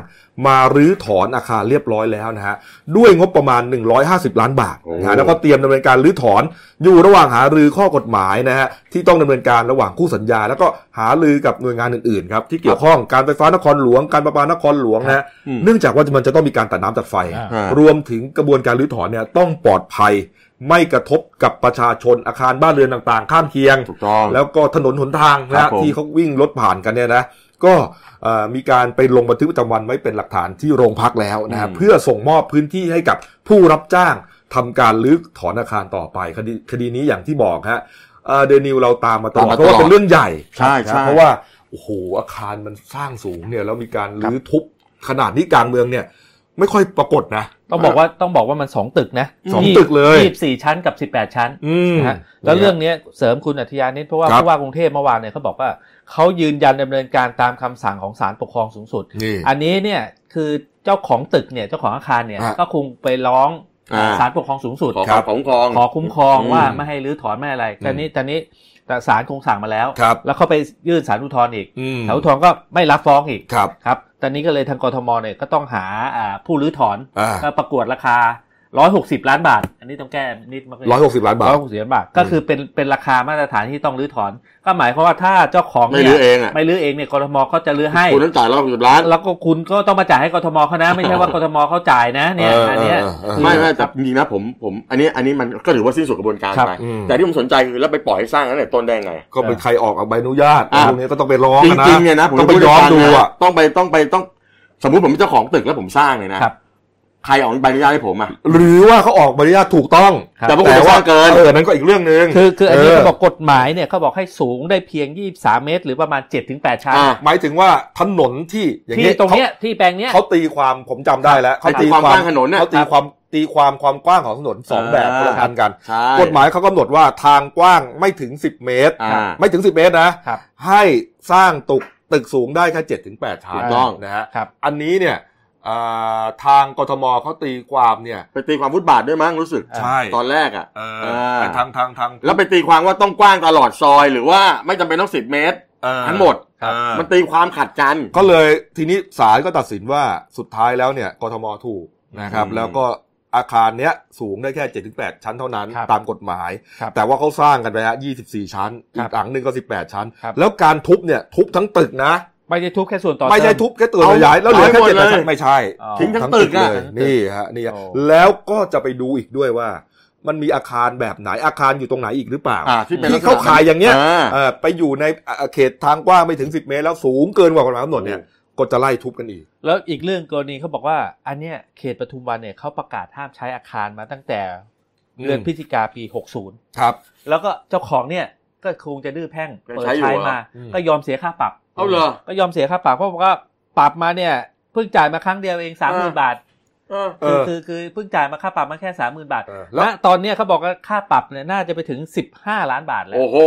Speaker 1: มารื้อถอนอาคารเรียบร้อยแล้วนะฮะด้วยงบประมาณ 150 ล้านบาทนะฮะ
Speaker 2: โอ้
Speaker 1: แล้วก็เตรียมดำเนินการรื้อถอน อยู่ระหว่างหารือข้อกฎหมายนะฮะที่ต้องดำเนินการระหว่างคู่สัญญา แล้วก็หารือกับหน่วยงานอื่นๆครับที่เกี่ยวข้องการไฟฟ้านครหลวงการประปานครหลวงนะฮะ
Speaker 2: อืม
Speaker 1: เนื่องจากว่ามันจะต้องมีการตัดน้ำตัดไฟ
Speaker 5: อ่า
Speaker 2: อ่าร
Speaker 1: วมถึงกระบวนการรื้อถอนเนี่ยต้องปลอดภัย ไม่กระทบกับประชาชนอาคารบ้านเรือนต่างๆ ข้ามเคียง
Speaker 2: ถูกต้อง
Speaker 1: แล้วก็ถนนหนทาง
Speaker 2: ครั
Speaker 1: นะ
Speaker 2: บผม
Speaker 1: ที่เขาวิ่งรถผ่านกันเนี่ยนะก็เอ่อมีการไปลงบันทึกประจำวันไว้เป็นหลักฐานที่โรงพักแล้วนะฮะเพื่อส่งมอบพื้นที่ให้กับผู้รับจ้างทำการรื้อถอนอาคารต่อไปคดีคดีนี้อย่างที่บอกฮะเอ่อเดนิวเราตามมาตลอด
Speaker 2: ตามมา
Speaker 1: เพราะว่า
Speaker 2: ตลอด
Speaker 1: เป็นเรื่องใหญ่
Speaker 2: ใช่ใช่
Speaker 1: เพราะว่าโอ้โหอาคารมันสร้างสูงเนี่ยแล้วมีการรื้อทุบขนาดนี้กลางเมืองเนี่ยไม่ค่อยปรากฏนะ
Speaker 5: ต้องบอกว่าต้องบอกว่ามันสองตึกนะ
Speaker 1: สองตึกเลย
Speaker 5: ยี่สิบสี่ชั้นกับสิบแปดชั้น
Speaker 1: อืม
Speaker 5: นะฮะแล้วเรื่องเนี้ยเสริมคุณอธิยานิดเพราะว่า
Speaker 1: ครับ
Speaker 5: ผู้ว่ากรุงเทพเมื่อวานเนี่ยเขาบอกว่าเขายืนยันดำเนินการตามคำสั่งของศาลปกครองสูงสุด
Speaker 1: นี่
Speaker 5: อันนี้เนี่ยคือเจ้าของตึกเนี่ยเจ้าของอาคารเนี่ย
Speaker 1: ฮะ
Speaker 5: ก็คงไปร้อง
Speaker 2: อ่า
Speaker 5: ศาลปกครองสูงสุด
Speaker 2: ขอ
Speaker 1: ครับ
Speaker 2: ของครอง
Speaker 5: ขอคุ้มครอง
Speaker 2: อืม
Speaker 5: ว่าไม่ให้รื้อถอนไม่อะไรแต่นี้แต่นี้แต่ศาลคงสั่งมาแล้ว
Speaker 1: ครับ
Speaker 5: แล้วเขาไปยื่นศาลอุทธรณ์อีก
Speaker 1: อืม
Speaker 5: ศาลอุทธรณ์ก็ไม่รับฟ้องอีก
Speaker 1: ครับ
Speaker 5: ครับตอนนี้ก็เลยทางกทมเนี่ยก็ต้องหาอ่าผู้รื้อถอน
Speaker 1: อ่า
Speaker 5: ก็ประกวดราคา 160 ล้านบาท อันนี้ต้องแก้นิดมาก
Speaker 1: ร้อยหกสิบล้านบาท
Speaker 5: ร้อยหกสิบล้านบาท ก็คือเป็นเป็นราคามาตรฐานที่ต้องรื้อถอน ก็หมายความว่าถ้าเจ้าของ
Speaker 2: ไม่
Speaker 5: นี่ย
Speaker 2: รื้อเองอ่ะ
Speaker 5: ไม่รื้อเองเนี่ยกทมก็จะรื้อให้
Speaker 2: คุณต้องจ่ายร้อยหกสิบล้าน
Speaker 5: แล้วก็คุณก็ต้องมาจ่ายให้กทมเขานะ ไม่ใช่ว่ากทมเขาจ่ายนะเนี่ย
Speaker 1: เอออั
Speaker 5: อันเนี้ย
Speaker 1: เออเออ
Speaker 5: คือ
Speaker 2: ไม่ไม่แต่จริงๆนะผมผมอันนี้อันนี้มันก็ถือว่าสิ้นสุดกระบวนการ
Speaker 5: ครับ
Speaker 2: ไป
Speaker 1: อืม
Speaker 2: แต่ที่ผมสนใจคือแล้วไปปล่อยให้สร้างนั้นแต่ต้นได้ไง
Speaker 1: ก็เป็นใครออกเอาใบอนุญาต
Speaker 2: อ่ะ
Speaker 1: พวกนี้ก็ต้องไปร้อง
Speaker 2: จ
Speaker 1: นะ
Speaker 2: ริงๆเนี่ยนะผม
Speaker 1: ต้องไป
Speaker 2: เป็นผู้
Speaker 1: ย้อม
Speaker 2: จัการ
Speaker 1: ดู
Speaker 2: นะ
Speaker 1: อ่ะ
Speaker 2: ต้องไปต้องไปต้องสมมติผมเป็นเจ้าของตึกแล้วผมสร้างเลยนะครับ ใครออกใบอนุญาตให้ผมอ่ะ
Speaker 1: หรือว่าเขาออกใบอนุญาตถูกต้อง
Speaker 5: ครับ
Speaker 2: แต่พวกคุ
Speaker 1: แต่
Speaker 2: ณส
Speaker 1: ว่า
Speaker 2: ร้างเกิน
Speaker 1: เออนั้นก็อีกเรื่องหนึ่ง
Speaker 5: คือคืออันนี้เขาบอกกฎหมายเนี่ยเขาบอกให้สูงได้เพียง 23 เมตร หรือประมาณ 7-8 ชั้น
Speaker 2: อ่า
Speaker 1: หมายถึงว่าถนนที่อย่าง
Speaker 5: ที่
Speaker 1: เงี้ย
Speaker 5: ตรงเนี้ยที่แปลงเนี้ย
Speaker 1: เขาเขาตีความผมจำได้แล้ว
Speaker 2: เขาตีความกว้างถนนน่ะ
Speaker 1: เขาตี
Speaker 2: ครับ
Speaker 1: ความตีความความกว้างของถนนสองแบบค
Speaker 2: อ่า
Speaker 1: นละอันกัน
Speaker 2: ใช่
Speaker 1: กฎหมายเขากำหนดว่าทางกว้างไม่ถึง 10 เมตร
Speaker 2: อ่า
Speaker 1: ไม่ถึง 10 เมตรนะ
Speaker 5: ครับ
Speaker 1: ให้สร้างตึกตึกสูงได้แค่7ถึง8ชั้น
Speaker 2: ถูกต้อง
Speaker 1: นะฮะ
Speaker 5: ครับ
Speaker 1: อันนี้เนี่ยอ่าทางกทมเขาตีความเนี่ย
Speaker 2: ไปตีความฟุตบาทด้วยมั้งรู้สึก
Speaker 1: ใช่
Speaker 2: ตอนแรกอ่ะ
Speaker 1: เออ
Speaker 2: เออ
Speaker 1: แต่ทางทางทาง
Speaker 2: แล้วไปตีความว่าต้องกว้างตลอดซอย หรือว่าไม่จำเป็นต้องสิบเมตร
Speaker 1: เออ
Speaker 2: ทั้งหมด
Speaker 1: เออ
Speaker 2: มันตีความขัดกัน
Speaker 1: ก็เลยทีนี้ศาลก็ตัดสินว่าสุดท้ายแล้วเนี่ยกทมถูกนะครับ
Speaker 2: อืม
Speaker 1: แล้วก็อาคารเนี้ยสูงได้แค่ 7-8 ชั้นเท่านั้น
Speaker 5: ครับ
Speaker 1: ตามกฎหมาย
Speaker 5: ครับ
Speaker 1: แต่ว่าเขาสร้างกันไปฮะ24 ชั้น
Speaker 5: ค
Speaker 1: อี
Speaker 5: รับ
Speaker 1: กหลังหนึ่งก็ 18 ชั้น
Speaker 5: ครับ
Speaker 1: แล้วการทุบเนี่ยทุบทั้งตึกนะ
Speaker 5: ไม่ใช่ทุบแค่ส่วนต่อ
Speaker 1: ไม่ใช่
Speaker 5: เติ
Speaker 1: ทุบแค่ตื่นขยายแล้วเหลือแค่
Speaker 2: เอาหมด
Speaker 1: เจ็ด
Speaker 2: เลย
Speaker 1: ชั้นไม่ใช่
Speaker 5: อ๋อ
Speaker 2: ทิ้งทั้งตึกอะ
Speaker 1: เลยนี่ฮะนี่ฮะ
Speaker 5: โอ้
Speaker 1: แล้วก็จะไปดูอีกด้วยว่า มันมีอาคารแบบไหนอาคารอยู่ตรงไหนอีกหรือเปล่า
Speaker 2: อ่าที่เป็น
Speaker 1: ที่เขาขายอย่างเงี้ย
Speaker 2: อ่า
Speaker 1: เอ่อไปอยู่ในอ่ะเขตทางกว้างไม่ถึง 10 เมตร แล้วสูงเกินกว่ากฎหมายกำหนดเนี่ยก็จะไล่ทุบกันอีก
Speaker 5: แล้วอีกเรื่องกรณีเขาบอกว่า อันเนี้ยเขตปทุมวันเนี่ยเขาประกาศห้ามใช้อาคารมาตั้งแต่เดือน
Speaker 1: อืม
Speaker 5: พฤศจิกาปี 60
Speaker 1: ครับ
Speaker 5: แล้วก็เจ้าของเนี่ยก็คงจะดื้อแพ่ง
Speaker 2: ยัง
Speaker 5: เปิด
Speaker 2: ใช้อยู่
Speaker 5: ใช้
Speaker 2: เหรอ
Speaker 5: มา
Speaker 1: อืม
Speaker 5: ก็ยอมเสียค่าปรับ
Speaker 2: เอาเหรอ
Speaker 5: ก็ยอมเสียค่าปรับเพราะบอกว่าปรับมาเนี่ยเพิ่งจ่ายมาครั้งเดียวเองสามหมื่น
Speaker 2: อ่า
Speaker 5: บาท
Speaker 2: เออ
Speaker 1: เอ
Speaker 5: คือ
Speaker 1: อ
Speaker 5: คือคือเพิ่งจ่ายมาค่าปรับมาแค่สามหมื่นบาท
Speaker 1: เออแล้ว
Speaker 5: ณตอนเนี้ยเขาบอกว่าค่าปรับเนี่ยน่าจะไปถึงสิบห้าล้านบาทแล้ว
Speaker 2: โอ้โห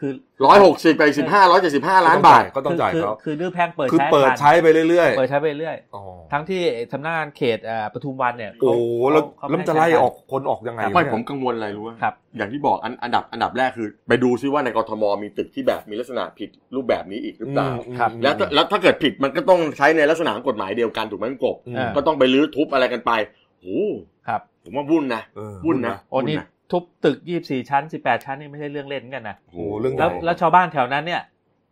Speaker 5: คือ
Speaker 2: ร้อยหกสิบไปสิบห้าร้อยเจ็ดสิบห้าล้านบาท
Speaker 1: ก็ต้องจ่าย
Speaker 5: คือ
Speaker 1: เขา
Speaker 5: คือคือดื้อแพงเปิด
Speaker 1: คือ
Speaker 5: ใช้
Speaker 1: เปิดใช้ไปเรื่อย
Speaker 5: เปิดใช้ไปเรื่อย
Speaker 1: ๆอ๋อ
Speaker 5: ทั้งที่สำนักงานเขตเอ่อปทุมวันเนี่ย
Speaker 1: โอ้โหแล้ว
Speaker 5: เขา
Speaker 1: แล้วมัน
Speaker 5: เขา
Speaker 1: จะไล่
Speaker 5: ให้ใช้
Speaker 1: ออกคนออกยังไง
Speaker 2: ไม่
Speaker 1: เนี่ย
Speaker 2: ผมกังวลอะไรรู้ว่า
Speaker 5: ครับ
Speaker 2: อย่างที่บอกอันอันดับอันดับแรกคือ ไปดูซิว่าในกรทมมีตึกที่แบบมีลักษณะผิดรูปแบบนี้อีกหรือเปล่า
Speaker 1: อืม
Speaker 5: ครับ
Speaker 2: แล้วถ้าแล้วถ้าเกิดผิดมันก็ต้องใช้ในลักษณะของกฎหมายเดียวกันถูกไหมคุณกบ
Speaker 1: อืม
Speaker 5: อ่า
Speaker 2: ก็ต้องไปรื้อทุบอะไรกันไปโอ้โห
Speaker 5: ครับ
Speaker 2: ผมว่าวุ่นนะ
Speaker 1: เออ
Speaker 2: วุ่นนะ
Speaker 5: โอ้นี่
Speaker 2: วุ่ะ
Speaker 5: ทุบตึก 24 ชั้น 18 ชั้นนี่ไม่ใช่เรื่องเล่นเหมือนกันนะ
Speaker 1: โอ้โหเรื่องให
Speaker 5: แล้
Speaker 1: ญ่
Speaker 5: วแล้วชาวบ้านแถวนั้นเนี่ย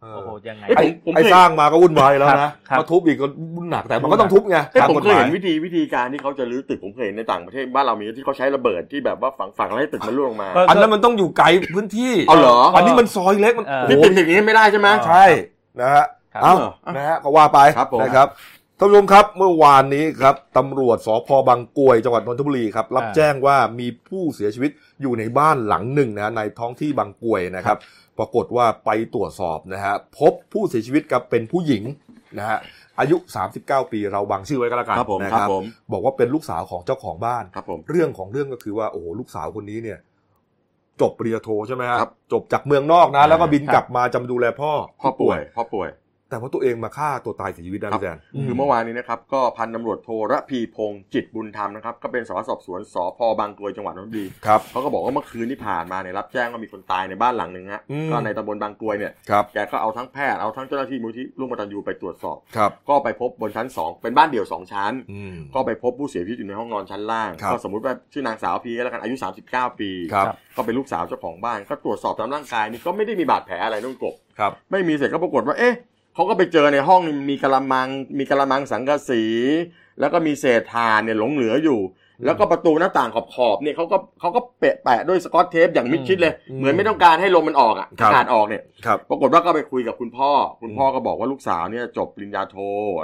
Speaker 1: เออ
Speaker 5: โอ้โหยังไง
Speaker 1: ไอ้
Speaker 2: ผม
Speaker 1: ไอ้
Speaker 2: เคย
Speaker 1: สร้างมาก็วุ่นวายแล้วนะครับ มาทุบอีกก็วุ่นหนักแต่มันก็ต้องทุบไง
Speaker 2: เอ้ย
Speaker 1: ตาม
Speaker 2: ผม
Speaker 1: กฎ
Speaker 2: เค
Speaker 1: ห
Speaker 2: ย
Speaker 1: มาย
Speaker 2: เห็นวิธีวิธีการที่เขาจะรื้อตึกผมเคยเห็นในต่างประเทศบ้านเรามีที่เขาใช้ระเบิดที่แบบว่าฝังฝังแล้วให้ตึกมันร่วงลงมา
Speaker 5: ก็
Speaker 1: อันนั้นมันต้องอยู่ไกลพื้นที่
Speaker 2: เอาเหรอ
Speaker 1: อันนี้มันซอยเล็กมัน
Speaker 5: เออ
Speaker 2: นี่
Speaker 1: โอ้โห
Speaker 2: ตึกอย่างนี้ไม่ได้ใช่ไหม
Speaker 1: ใช่นะฮะ
Speaker 5: ครับ
Speaker 1: เอ้า
Speaker 2: เออ
Speaker 1: นะฮะก็ว่าไป
Speaker 2: ครับผม
Speaker 1: นะครับ ท่านผู้ชมครับเมื่อวานนี้ครับตำรวจสพบางกรวยจังหวัดนนทบุรีครับรับ
Speaker 5: อ่า
Speaker 1: แจ้งว่ามีผู้เสียชีวิตอยู่ในบ้านหลังหนึ่งนะฮะในท้องที่บางกรวยนะครับ ปรากฏว่าไปตรวจสอบนะฮะพบผู้เสียชีวิตครับเป็นผู้หญิงนะฮะอายุ 39 ปีเราบังชื่อไว้ก็แล้วกัน
Speaker 2: ครับผม
Speaker 1: นะครับ
Speaker 2: ผม
Speaker 1: บอกว่าเป็นลูกสาวของเจ้าของบ้าน
Speaker 2: ครับผม
Speaker 1: เรื่องของเรื่องก็คือว่าโอ้โหลูกสาวคนนี้เนี่ย จบปริญญาโทใช่ไหมฮะ
Speaker 2: ครับ
Speaker 1: จบจากเมืองนอกนะ แล้วก็บิน
Speaker 5: ครับ
Speaker 1: กลับมาจำดูแลพ่อ
Speaker 2: พ่อป่วยพ่อป่วย
Speaker 1: แต่ว่าตัวเองมาฆ่าตัวตายเสียชีวิตนะ
Speaker 2: ครับ
Speaker 1: พี่แดน
Speaker 2: คือเมื่อวานนี้นะครับก็พันตำรวจโทระพีพงศ์จิตบุญธรรมนะครับก็เป็นสารวัตรสอบสวนสพบางกรวยจังหวัดนนทบุรี
Speaker 1: ครับ
Speaker 2: เขาก็บอกว่าเมื่อคืนที่ผ่านมาเนี่ยรับแจ้งว่ามีคนตายในบ้านหลังหนึ่งฮะ
Speaker 1: อืม
Speaker 2: ก็ในตำบลบางกรวยเนี่ย
Speaker 1: ครับ
Speaker 2: แกก็เอาทั้งแพทย์เอาทั้งเจ้าหน้าที่มูลที่ร่วมกตันยูไปตรวจสอบ
Speaker 1: ครับ
Speaker 2: ก็ไปพบบนชั้นสองเป็นบ้านเดี่ยวสองชั้น
Speaker 1: อืม
Speaker 2: ก็ไปพบผู้เสียชีวิตอยู่ในห้องนอนชั้นล่าง
Speaker 1: ครับ
Speaker 2: ก็สมมติว่าชื่อนางสาวพีก็แล้วกันอายุ 39 ปี
Speaker 1: ครับ
Speaker 2: ก็เป็นลูกสาวเจ้าของบ้าน ก็ตรวจสอบตามร่างกายนี่ก็ไม่ได้มีบาดแผลอะไรนุ่งกบ
Speaker 1: ครับ
Speaker 2: ไม่มีเสร็จก็ปรากฏว่าเอ๊ะเขาก็ไปเจอในห้องมีกระมัง มีกระมังสังกะสี แล้วก็มีเศษถ่านเนี่ยหลงเหลืออยู่ แล้วก็ประตูหน้าต่างขอบขอบๆเนี่ยเขาก็เขาก็แปะแปะด้วยสกอตเทปอย่างมิดชิดเลย
Speaker 1: อืม
Speaker 2: เหมือนไม่ต้องการให้ลมมันออกอ่ะ
Speaker 1: ครับ
Speaker 2: อากาศออกเนี่ย
Speaker 1: ครับ
Speaker 2: ปรากฏว่าก็ไปคุยกับคุณพ่อ คุณพ่อก็บอกว่าลูกสาวเนี่ยจบปริญญาโท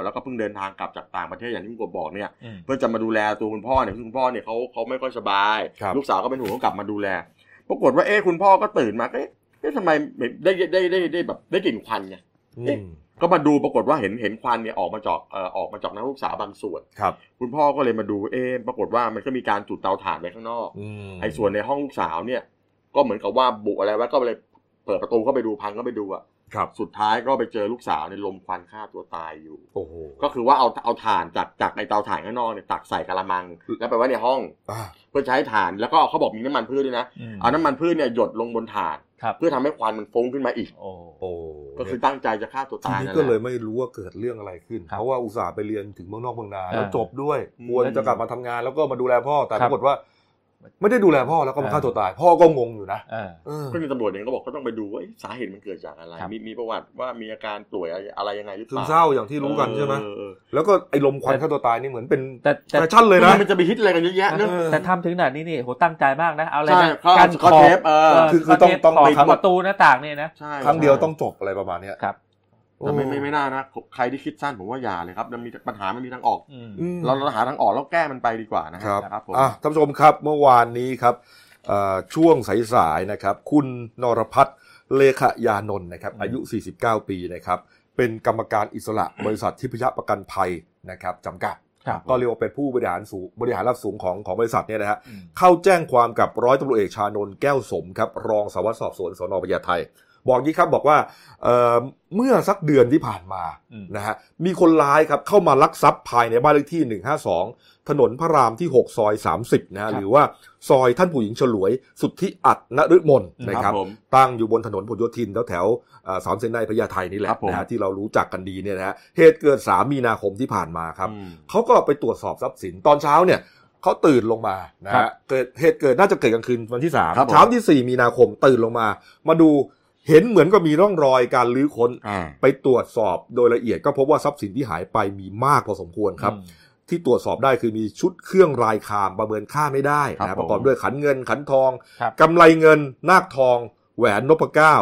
Speaker 2: แล้วก็เพิ่งเดินทางกลับจากต่างประเทศอย่างที่คุณกบบอกเนี่ย
Speaker 5: อืม
Speaker 2: เพื่อจะมาดูแลตัวคุณพ่อเนี่ยคุณพ่อเนี่ยเขาเขาไม่ค่อยสบาย
Speaker 1: ครับ
Speaker 2: ลูกสาวก็เป็นห่วงก็กลับมาดูแล ปรากฏว่าเอ๊ะคุณพ่อก็ตื่นมาเอ๊ะเอ๊ะทำไมได้ได้ได้ได้ได้แบบได้กลิ่นควันไง
Speaker 1: อื
Speaker 2: เอ๊ะ
Speaker 1: ม
Speaker 2: ก็มาดูปรากฏว่าเห็นเห็นควันเนี่ยออกมาจากเอ่อออกมาจากหน้าลูกสาวบางส่วน
Speaker 1: ครับ
Speaker 2: คุณพ่อก็เลยมาดูเอ๊ะปรากฏว่ามันก็มีการจุดเตาถ่านไว้ข้างนอก
Speaker 1: อืม
Speaker 2: ไอ้ส่วนในห้องลูกสาวเนี่ย ก็เหมือนกับว่าบุอะไรไว้ก็เลยเปิดประตูเข้าไปดูพังเข้าไปดูอะ
Speaker 1: ครับ
Speaker 2: สุดท้ายก็ไปเจอลูกสาวในยลมควันฆ่าตัวตายอยู่
Speaker 1: โอ้โห
Speaker 2: ก็คือว่าเอาเอาถ่านจากจากไอเตาถ่านข้างนอกเนี่ยตักใส่กะละมัง แล้วไปไว้ในห้อง
Speaker 1: อ่า
Speaker 2: เพื่อใช้ถ่านแล้วก็เขาบอกมีน้ำมันพืชด้วยนะ
Speaker 5: อืม
Speaker 2: เอาน้ำมันพืชเนี่ยหยดลงบนถ่าน
Speaker 5: ครับ
Speaker 2: เพื่อทำให้ควันมันฟุ้งขึ้นมาอีก
Speaker 5: โอ้
Speaker 1: โอ้
Speaker 2: ก็คือตั้งใจจะฆ่าตัว
Speaker 1: ที
Speaker 2: ตาย
Speaker 1: นี้
Speaker 2: นั่น
Speaker 1: ก็เล
Speaker 2: แห
Speaker 1: ย
Speaker 2: ละ
Speaker 1: ไม่รู้ว่าเกิดเรื่องอะไรขึ้น
Speaker 5: ครับ
Speaker 1: เพราะว่าอุตส่าห์ไปเรียนถึงเมืองนอกเมืองนา
Speaker 5: อ่า
Speaker 1: แล้วจบด้วยควรจะกลับมาทำงานแล้วก็มาดูแลพ่อ แต่ป
Speaker 5: ครับ
Speaker 1: รากฏว่า ไม่ได้ดูแลพ่อแล้วก็มาฆ่า
Speaker 5: อ่า
Speaker 1: ตัวตาย พ่อก็งงอยู่นะ
Speaker 5: อ่า
Speaker 1: เออ
Speaker 2: ก็มีตำรวจเองก็บอกก็ต้องไปดูว่าเอ๊ะสาเหตุมันเกิดจากอะไร
Speaker 5: ครับ
Speaker 2: มีมีประวัติว่ามีอาการป่วยอะไรอะไรยังไงหรือเป
Speaker 1: ซึม
Speaker 2: ล่า
Speaker 1: เศร้าอย่างที่รู้กันใช่ไหม
Speaker 2: เออเออ
Speaker 1: แล้วก็ไอ้ลมควันฆ่าตัวตายนี่เหมือนเป็น
Speaker 5: แต่
Speaker 1: แฟ
Speaker 5: แต่
Speaker 1: ชั่นเลยนะ
Speaker 2: มันจะไปฮิตอะไรกันเยอะแยะเนอะ
Speaker 1: เออ
Speaker 5: แต่ทำถึงขนาดนี้นี่โหตั้งใจมากนะ เอาอะไร
Speaker 2: ใช่
Speaker 5: นะ
Speaker 2: เขาเอา
Speaker 5: การ
Speaker 2: สกอตเทปเออ
Speaker 1: คือคือต้องต้อง
Speaker 5: ขอบ
Speaker 1: ไปทั้ง
Speaker 5: ประตูหน้าต่างเนี่ยนะ
Speaker 2: ใช่
Speaker 1: ครั้งเดียว
Speaker 2: ใช่
Speaker 1: ต้องจบอะไรประมาณเนี้ย
Speaker 5: ครับ
Speaker 2: แต่ไม่ไม่ไม่น่านะใครที่คิดสั้นผมว่าอย่าเลยครับมันมีปัญหามันมีทางออก
Speaker 5: อืม
Speaker 1: อืม
Speaker 2: เราเราหาทางออกแล้วแก้มันไปดีกว่านะฮะ
Speaker 1: ครับ
Speaker 2: นะครับผม
Speaker 1: อ่ะท่านผู้ชมครับเมื่อวานนี้ครับเอ่อช่วงสายๆนะครับ คุณนรพัฒน์เลขยานนท์นะครับ
Speaker 5: อืม
Speaker 1: อายุ 49 ปีนะครับ เป็นกรรมการอิสระบริษัททิพยประกันภัยนะครับจำกัด
Speaker 5: ครับ
Speaker 1: ก็เรียกว่าเป็นผู้บริหารสูงบริหารระดับสูงของของบริษัทเนี่ยนะฮะ
Speaker 5: อืม
Speaker 1: เข้าแจ้งความกับร้อยตำรวจเอกชานนท์แก้วสมครับ รองสารวัตรสอบสวนสนพญาไทบอกงี้ครับบอกว่าเอ่อเมื่อสักเดือนที่ผ่านมา
Speaker 5: อืม
Speaker 1: นะฮะมีคนร้ายครับเข้ามาลักทรัพย์ภายในบ้านเลขที่ 152 ถนนพระรามที่ 6 ซอย 30นะฮะหรือว่าซอยท่านผู้หญิงฉลวยสุทธิอัดนฤมลนะค
Speaker 2: ครั
Speaker 1: รับบ
Speaker 2: ผม
Speaker 1: ตั้งอยู่บนถนนพหลโยธินแถวแถวๆเอ่อสามเส้นในพญาไทนี่แหละ
Speaker 2: ครับผม
Speaker 1: นะฮะที่เรารู้จักกันดีเนี่ยนะฮะเหตุเกิด 3 มีนาคมที่ผ่านมาครับ
Speaker 2: อืม
Speaker 1: เขาก็ไปตรวจสอบทรัพย์สินตอนเช้าเนี่ยเขาตื่นลงมานะ
Speaker 5: ครั
Speaker 1: ฮะ
Speaker 5: บ
Speaker 1: เกิดเหตุเกิดน่าจะเกิดกลางคืนวันที่สาม
Speaker 2: ครับผม
Speaker 1: เช้าที่สี่มีนาคมตื่นลงมา มาดูเห็นเหมือนก็มีร่องรอยการลื้อค้น
Speaker 2: อ่า
Speaker 1: ไปตรวจสอบโดยละเอียดก็พบว่าทรัพย์สินที่หายไปมีมากพอสมควรครับ
Speaker 5: อืม
Speaker 1: ที่ตรวจสอบได้คือมีชุดเครื่องรายคามประเมินค่าไม่ได้
Speaker 2: ครั
Speaker 1: นะ
Speaker 2: บ
Speaker 1: ประกอบ
Speaker 2: ผม
Speaker 1: ด้วยขันเงินขันทอง
Speaker 5: ครับ
Speaker 1: กำไรเงินนาคทอง แหวนนพเก้า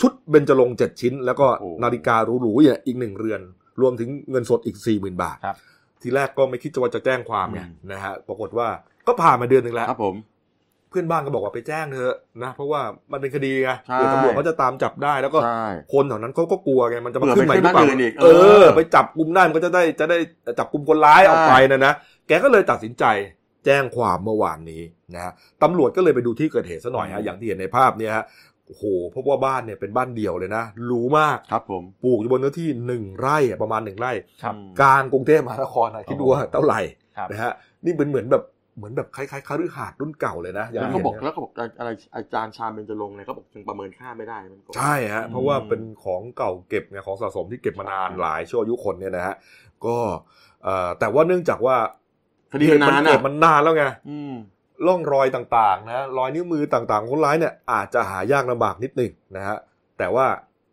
Speaker 1: ชุดเบญจรงค์เจ็ดชิ้น แล้วก็นาฬิกาหรูๆเนี่ยอีกหนึ่งเรือน รวมถึงเงินสดอีกสี่หมื่นบาท
Speaker 5: ครับ
Speaker 1: ทีแรกก็ไม่คิดจะว่าจะแจ้งความไง
Speaker 2: อืม
Speaker 1: นะฮะปรากฏว่าก็ผ่านมาเดือนหนึ่งแล้ว
Speaker 2: ครับผม
Speaker 1: เพื่อนบ้านก็บอกว่าไปแจ้งเถอะนะ เพราะว่ามันเป็นคดีไง
Speaker 2: ใช่
Speaker 1: เดี๋ยวตำรวจเขาจะตามจับได้แล้วก็
Speaker 2: ใช่
Speaker 1: คนแถวนั้นเขาก็กลัวไงมันจะมา
Speaker 2: เผื่อ
Speaker 1: ขึ้นใหม่หรือเปล่า
Speaker 2: ไปขึ้นบ้านอื่นอีก
Speaker 1: เอ
Speaker 2: เอ
Speaker 1: อ
Speaker 2: อ
Speaker 1: ไปจับกลุ่มได้มันก็จะได้จะได้จับกลุ่มคนร้ายเอาไป
Speaker 2: ใช่
Speaker 1: นะนะแกก็เลยตัดสินใจแจ้งความเมื่อวานนี้นะฮะตำรวจก็เลยไปดูที่เกิดเหตุซะหน่อยฮะอย่างที่เห็นในภาพเนี่ยฮะโอ้โหพบว่าบ้านเนี่ยเป็นบ้านเดี่ยวเลยนะหรูมาก
Speaker 2: ครับผม
Speaker 1: ปลูกอยู่บนเนื้อที่หนึ่งไร่อะประมาณหนึ่งไร่
Speaker 5: ครับ
Speaker 2: อืม
Speaker 1: กลางกรุงเทพมหานครนะคิดดูว่าเท่าไหร่
Speaker 5: ครับ
Speaker 1: นะฮะนี่เหมือนเหมือนแบบเหมือนแบบคล้ายๆคฤหาสน์รุ่นเก่าเลยนะอย่าง
Speaker 2: แล้ว
Speaker 1: ที่เห็น
Speaker 2: เขาบอก
Speaker 1: นะ
Speaker 2: แล้วเขาบอกอะไรอาจารย์ชาญเบญจรงค์เนี่ยเขาบอกยังประเมินค่าไม่ได้มันก็
Speaker 1: ใช่ฮะ
Speaker 2: อืม
Speaker 1: เพราะว่าเป็นของเก่าเก็บไงของสะสมที่เก็บมานานหลายชั่วอายุคนเนี่ยนะฮะก็เอ่อแต่ว่าเนื่องจากว่า
Speaker 2: คดีมั
Speaker 1: มัน
Speaker 2: นาน
Speaker 1: เก็
Speaker 2: อ่ะ
Speaker 1: บมันนานแล้วไง
Speaker 2: อืม
Speaker 1: ร่องรอยต่างๆนะรอยนิ้วมือต่างๆของคนร้ายเนี่ยอาจจะหายากลำบากนิดหนึงนะฮะแต่ว่า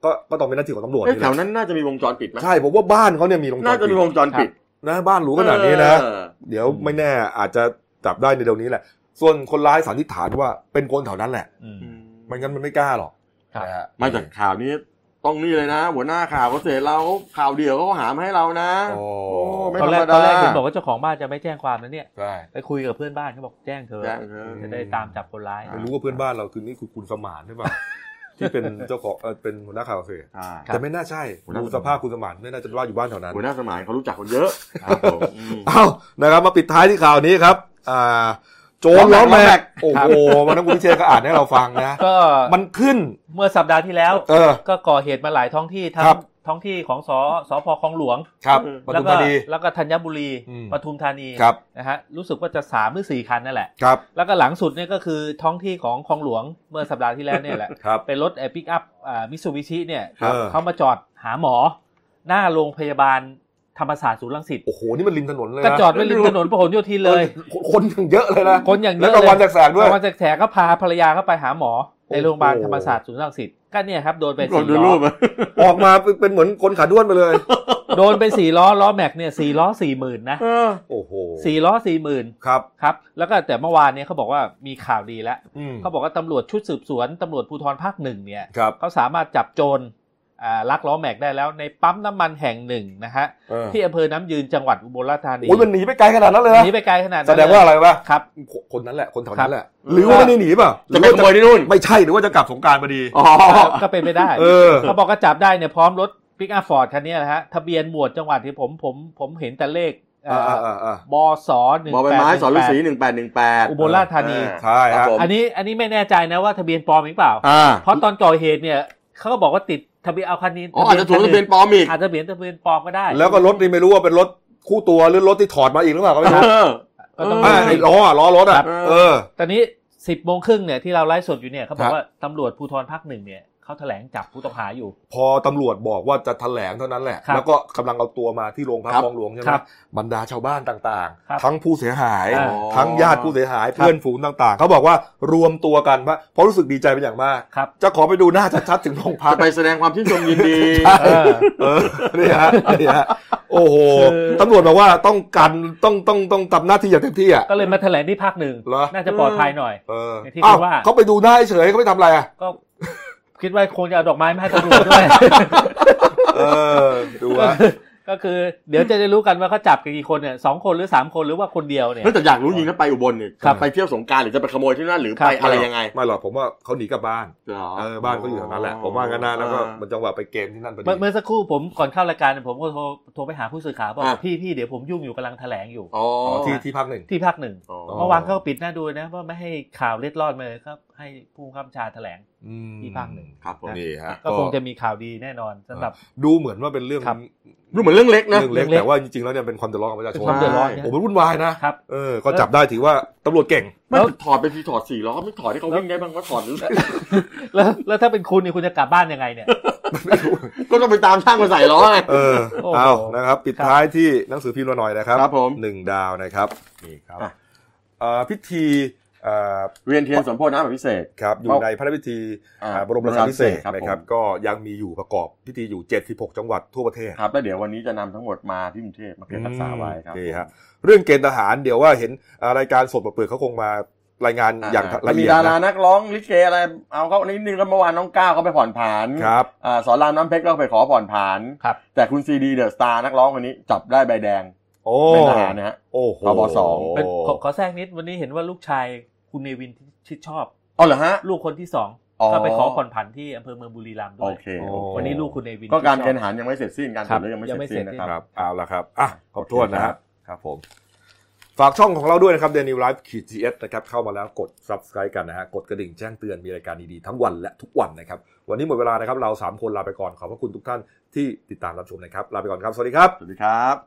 Speaker 1: ก็ก็ต้องเป็นหน้าที่ของตำรวจ
Speaker 2: เอ้ย
Speaker 1: นี่
Speaker 2: แถ
Speaker 1: แห
Speaker 2: ว
Speaker 1: ละ
Speaker 2: นั้นน่าจะมีวงจรปิดไหม
Speaker 1: ใช่ผมว่าบ้านเขาเนี่ยมีลงจ
Speaker 2: น่าร จะ
Speaker 1: ปิ
Speaker 2: มี
Speaker 1: ด
Speaker 2: วงจรปิด
Speaker 1: นะบ้านหรูขนาดนี้นะ
Speaker 2: เออ
Speaker 1: เดี๋ยวไม่แน่อาจจะจับได้ในเร็วนี้แหละ ส่วนคนร้ายสันนิษฐานว่าเป็นคนแถวนั้นแหละ
Speaker 5: อืม
Speaker 1: ไม่งั้นมันไม่กล้าหรอก
Speaker 5: ครับ
Speaker 1: นะฮะ
Speaker 2: มาจากข่าวนี้ ต้องนี่เลยนะ หัวหน้าข่าวเกษตรเราข่าวเดียวเขาหามาให้เรานะ
Speaker 1: โอ้
Speaker 2: โอ้ไม่
Speaker 5: ต
Speaker 2: ธ
Speaker 5: อน
Speaker 2: ร
Speaker 5: แร
Speaker 2: ร
Speaker 5: ก
Speaker 2: ม
Speaker 5: ตอ
Speaker 2: ดาน
Speaker 5: แรกเห็นบอกว่าเจ้าของบ้านจะไม่แจ้งความนะเนี่ย
Speaker 1: ใช่
Speaker 5: ไปคุยกับเพื่อนบ้านเขาบอกแจ้งเธอะ
Speaker 2: แจ้งเธอ
Speaker 5: จะได้ตามจับคนร้าย
Speaker 1: ไม่รู้ว่าเพื่อนบ้านเราคือนี่คือคุณสมานใช่ ป่ะ ที่เป็นเจ้าของเออเป็นหัวหน้าข่าวเกษตร
Speaker 2: อ่า
Speaker 5: ครับ
Speaker 1: แต่ไม่น่าใช่
Speaker 2: หัวหน้า
Speaker 1: ดูสภาพคุณสมานไม่น่าจะว่าอยู่บ้านแถวนั้น
Speaker 2: หัวหน้าสมานเขารู้จักคนเยอะอืม
Speaker 1: เอานะครับ มาปิดท้ายที่ข่าวนี้ครับ อ่า โจร
Speaker 2: ล้
Speaker 1: ล้อ
Speaker 2: อแม็
Speaker 1: แม็ก
Speaker 2: ก
Speaker 1: โอ้โห มันต้องคุณพิเชษก็อ่านให้เราฟังนะ
Speaker 5: ก็
Speaker 1: มันขึ้น
Speaker 5: เมื่อสัปดาห์ที่แล้ว
Speaker 1: เออ
Speaker 5: ก็ก่อเหตุมาหลายท้องที่ทั้ง
Speaker 1: ครับ
Speaker 5: ท้องที่ของสสพคลองหลวง
Speaker 1: ครับป
Speaker 5: แล้ว
Speaker 1: ทุม
Speaker 5: ก็
Speaker 1: ธานี
Speaker 5: แล้วก็ธัญบุรี
Speaker 1: อืม
Speaker 5: ปทุมธานี
Speaker 1: ครับ
Speaker 5: นะฮะรู้สึกว่าจะสามหรือสี่คันนั่นแหละ
Speaker 1: ครับ
Speaker 5: แล้วก็หลังสุดเนี่ยก็คือท้องที่ของคลองหลวงเมื่อสัปดาห์ที่แล้วเนี่ยแหละ
Speaker 1: ครับ
Speaker 5: เป็นรถแอร์ปิกอัพมิสูบิชิเนี่ย
Speaker 1: ครับ
Speaker 5: เขามาจอดหาหมอ หน้าโรงพยาบาลธรรมศาสตร์ศูนย์รังสิต
Speaker 1: โอ้โห นี่มันริมถนนเลยนะ
Speaker 5: ก็จอดไว้ริมถนนพหลโยธินเลย
Speaker 1: คนคนอย่างเยอะเลยนะ
Speaker 5: คนอย่างเย
Speaker 1: แล้ว
Speaker 5: อะ
Speaker 1: กลางวัน
Speaker 5: เลย
Speaker 1: แสกๆด้วย
Speaker 5: กลางวันแสกๆก็พาภรรยาเข้าไปหาหมอ ในโรงพยาบาล
Speaker 1: โอ้โห
Speaker 5: ธรรมศาสตร์ศูนย์รังสิตก็เนี่ยครับโดนไป
Speaker 2: กด
Speaker 5: สี่
Speaker 2: ดู
Speaker 5: ล้
Speaker 2: รู
Speaker 5: อ
Speaker 2: ปอะ
Speaker 1: ออกมาเป็นเหมือนคนขาด้วนไปเลย
Speaker 5: โดนไปสี่ล้อล้อแม็กเนี่ยสี่ล้อสี่หมื่นนะ
Speaker 2: เออ
Speaker 1: โอ้โห
Speaker 5: สี่ล้อสี่หมื่น
Speaker 1: ครับ
Speaker 5: ครับแล้วก็แต่เมื่อวานเนี่ยเขาบอกว่ามีข่าวดีแล้ว
Speaker 1: อืม
Speaker 5: เขาบอกว่าตำรวจชุดสืบสวนตำรวจภูธรภาคหนึ่งเนี่ย
Speaker 1: ครับ
Speaker 5: เขาสามารถจับโจรอ่าลักล้อแม็กได้แล้วในปั๊มน้ำมันแห่งหนึ่งนะฮะ
Speaker 1: เออ
Speaker 5: ที่อำเภอน้ำยืนจังหวัดอุบลราชธานี
Speaker 1: โอ้ยมันหนีไปไกลขนาดนั้นเลยนะ
Speaker 5: หนีไปไกลขนาดนั้น
Speaker 1: แสดงว่าอะไรวะ
Speaker 5: ครับ
Speaker 1: คนนั้นแหละ คนแถว
Speaker 5: ครั
Speaker 1: นั้
Speaker 5: บ
Speaker 1: นแหละ หรือว่าไม่ได้หนีเปล่ะ
Speaker 2: จะไปขโมยที่นู่น
Speaker 1: ไม่ใช่ หรือว่าจะกลับสงกรารพอดี
Speaker 2: อ๋อ
Speaker 5: ก็เป็นไปได้
Speaker 1: เออ
Speaker 5: เขาบอกก็จับได้เนี่ยพร้อมรถปิกอัพฟอร์ดคันเนี้ยนะฮะทะเบียนหมวดจังหวัดที่ผมผมผมเห็นแต่เลขเอ่ออ
Speaker 1: อ่าอ่าอ่า
Speaker 5: บสหนึ่ง
Speaker 2: บอใบ
Speaker 5: แปด
Speaker 2: ไม้
Speaker 5: หนึ่ง
Speaker 2: สอนฤา
Speaker 5: แป
Speaker 2: ษี
Speaker 5: ด
Speaker 2: หนึ่งแปดหนึ่งแปด
Speaker 5: อุบลราชธานี
Speaker 1: ใช่ฮะ
Speaker 2: ครับผม
Speaker 5: อันนี้อันนี้ไม่แน่ใจนะว่าทะเบียนปลอมหรือเปล่า
Speaker 2: อ่า
Speaker 5: เพราะตอนก่อเหตุเนี่ยเขาก็บอกว่าติดทะเบียนเอาคันนี้
Speaker 2: อ๋ออาจจะถูกทะเบียนปลอมอีก
Speaker 5: อาจจะเบียนทะเบียนปลอมก็ได้
Speaker 1: แล้วก็รถนี่ไม่รู้ว่าเป็นรถคู่ตัวหรือรถที่ถอดมาอีกหรือเปล่าก็ไม่รู้
Speaker 2: เออ
Speaker 5: ก็ต้อง
Speaker 2: เ
Speaker 1: อ่าไอ้ล้ออ่ะล้อรถอ่ะ
Speaker 2: ครับ
Speaker 1: เออ
Speaker 5: ตอนนี้สิบโมงครึ่งเนี่ยที่เราไลฟ์สดอยู่เนี่ยเขาบอ
Speaker 1: ครั
Speaker 5: ก
Speaker 1: บ
Speaker 5: ว่าตำรวจภูธรภาคหนึ่งเนี่ยเขาแถลงจับผู้ต้องหาอยู่
Speaker 1: พอตำรวจบอกว่าจะแถลงเท่านั้นแหละ
Speaker 5: ครับ
Speaker 1: แล้วก็กำลังเอาตัวมาที่โรงพัก
Speaker 2: ครับ
Speaker 1: คลองหลวงใช่ไหม
Speaker 5: ครับ
Speaker 1: บรรดาชาวบ้านต่าง
Speaker 5: ครับ
Speaker 1: ทั้งผู้เสียหาย
Speaker 5: อ่า
Speaker 1: ทั้งญาติผู้เสียหายเพื่อนฝูงต่างๆ เขาบอกว่ารวมตัวกันว่าเพราะรู้สึกดีใจเป็นอย่างมาก
Speaker 5: ครับ
Speaker 1: จะขอไปดูหน้าชัดๆถึงโรงพัก
Speaker 2: จะไปแสดงความชื่นชมยินดี
Speaker 5: เออ
Speaker 1: เออนี่ฮะนี่ฮะโอ้โห
Speaker 5: คือ
Speaker 1: ตำรวจบอกว่าต้องกันต้องต้องต้องทำหน้าที่อย่างเต็มที่อ่ะ
Speaker 5: ก็เลยมาแถลงที่ภาคหนึ่ง
Speaker 1: เหรอ
Speaker 5: น่าจะปลอดภัยหน่อย
Speaker 1: เออ
Speaker 5: อย่างที่
Speaker 1: อ้าว
Speaker 5: คุณว่า
Speaker 1: เขาไปดูหน้าเฉยๆเขาไม่ทำอะไรอ่ะ
Speaker 5: ก็ คิดว่าคงจะเอาดอกไม้มาให้ตำรวจด้วย
Speaker 1: เออดู
Speaker 5: ก็
Speaker 1: ว่า
Speaker 5: คือก็คือเดี๋ยวจะได้รู้กันว่าเขาจับกันกี่คนเนี่ยสองคนหรือสามคนหรือว่าคนเดียวเนี่ย
Speaker 2: เนื่องจากอยากรู้จริงถ้าไปอุบลเนี่ย
Speaker 5: ครับ
Speaker 2: ไปเที่ยวสงกรารหรือจะไปขโมยที่นั่นหรือไปอะไรยังไง
Speaker 1: ไม่หรอกผมว่าเขาหนีกลับบ้าน
Speaker 2: หร
Speaker 1: เออบ้านเขาอยู่แถวนั้นแหละ ผมว่ากันนะแล้วก็มันจังหวะไปเกมที่นั่นพอดี
Speaker 5: เมื่อเมื่อสักครู่ผมก่อนเข้ารายการเนี่ยผมก็โทรโทรไปหาผู้สื่อข่าวบอกพี่พี่เดี๋ยวผมยุ่งอยู่กำลังแถลงอยู่
Speaker 2: อ๋อ
Speaker 1: อ๋อที่ที่ภาคหนึ่ง
Speaker 5: ที่ภาคหนึ่ง
Speaker 2: อ๋อ
Speaker 5: เมื่อวานเขาก็ปิดหน้าดูนะว่าไม่ให้ข่าวเล็ดลอดมาเลยครับ ให้ผู้ข้ามชาแถลง ที่ภาคหนึ่ง
Speaker 2: ครับผม
Speaker 1: นี่ฮะ
Speaker 5: ก็คงจะมีข่าวดีแน่นอนสำหรับ
Speaker 1: ดูเหมือนว่าเป็นเรื่อง
Speaker 5: ครับ
Speaker 2: ดูเหมือนเรื่องเล็กนะ
Speaker 1: เรื่องเล็ก
Speaker 5: เรื่องเล็ก
Speaker 1: แต่ว่าจริงๆแล้วเนี่ยเป็นความเดือดร้อนของประชาชน
Speaker 5: ความเดือดร้อนเนี่ย
Speaker 1: โอ้มันวุ่นวายนะครับ เออก็จับได้ถือว่าตำรวจเก่ง
Speaker 2: ไม่
Speaker 5: แล้ว
Speaker 2: ถอดไปทีถอดสี่ล้อไม่ถอดให้เขาวิ่งได้บ้างก็ถอดหรือ
Speaker 5: แล้วแล้วถ้าเป็นคุณเนี่ยคุณจะกลับบ้านยังไงเนี่ย
Speaker 2: ก็ต้องไปตามช่างมาใส่ล้อไง
Speaker 1: เออ
Speaker 5: โอ้โห
Speaker 1: เอานะครับ ปิด
Speaker 5: ครับ
Speaker 1: ท้ายที่หนังสือพิมพ์เราหน่อยนะครับ
Speaker 2: ครับผม
Speaker 1: หนึ่งดาวนะครับนี่ครับ
Speaker 2: อ่ะ
Speaker 1: เอ่อพิธีเอ่อ
Speaker 2: เวียนเทียนสมโพธิน้ำแบบพิเศษ
Speaker 1: ครับอยู่
Speaker 2: เอา
Speaker 1: ในพระราชพิธี
Speaker 2: อ่า
Speaker 1: อ่าบรมราชาภิเษก
Speaker 2: ผม
Speaker 1: นะครับก็ยังมีอยู่ประกอบพิธีอยู่ 76 จังหวัดทั่วประเทศ
Speaker 2: ครับแล้วเดี๋ยววันนี้จะนำทั้งหมดมาที่กรุงเทพมาเก็บรักษาไว้ครับ
Speaker 1: อืมดีฮะเรื่องเกณฑ์ทหารเดี๋ยวว่าเห็นอ่ารายการสดเปิดเผยเขาคงมารายงานอย่างละเอียด
Speaker 2: มีดารา
Speaker 1: นะ
Speaker 2: นักร้องลิเกอะไรเอาเขานิดนึงก็เมื่อวานน้องก้าวเขาไปผ่อนผัน
Speaker 1: ครับ
Speaker 2: อ่าสอนรามน้ำเพชรก็ไปขอผ่อนผัน
Speaker 5: ครับ
Speaker 2: แต่คุณซีดีเดอะสตาร์นักร้องคนนี้จับได้ใบแดง
Speaker 1: โอ้
Speaker 2: เป็นทหารนะฮะ
Speaker 1: โอ้โห
Speaker 2: พบสอง
Speaker 5: เป็นขอขอแทรกนิดวันนี้เห็นว่าลูกชายคุณเนวินชิดชอบ
Speaker 2: อ๋อเหรอฮะ
Speaker 5: ลูกคนที่สอง
Speaker 2: อ๋อ
Speaker 5: ก็ไปขอผ่อนผันที่อำเภอเมืองบุรีรัมย์ด้
Speaker 2: โอ
Speaker 5: วย
Speaker 2: เค
Speaker 1: โอ้
Speaker 2: โอเค
Speaker 5: วันนี้ลูกคุณเนวิน
Speaker 2: ก็การ
Speaker 5: ชิ
Speaker 2: เกณ
Speaker 5: ดชอบ
Speaker 2: ฑ์ทหารยังไม่เสร็จสิ้นการตรวจเลือดยังไม่
Speaker 5: ยังไม่
Speaker 2: เสร็จสิ้น
Speaker 5: เสร็จ
Speaker 2: นะค
Speaker 1: ครั
Speaker 2: รับ
Speaker 1: บเอาละครับอ่ะขอบทวนนะ
Speaker 2: ครั
Speaker 1: ฮะ
Speaker 2: บ
Speaker 1: ครับผม ฝากช่องของเราด้วยนะครับ Daily Life ขีด GS นะครับเข้ามาแล้วกด subscribe กันนะฮะกดกระดิ่งแจ้งเตือนมีรายการดีๆทั้งวันและทุกวันนะครับวันนี้หมดเวลานะครับเราสามคนลาไปก่อนขอบพระคุณทุกท่านที่ติดตามรับชมนะครับลาไปก่อนครับสวัสดีครับ
Speaker 2: สวัสดีครับ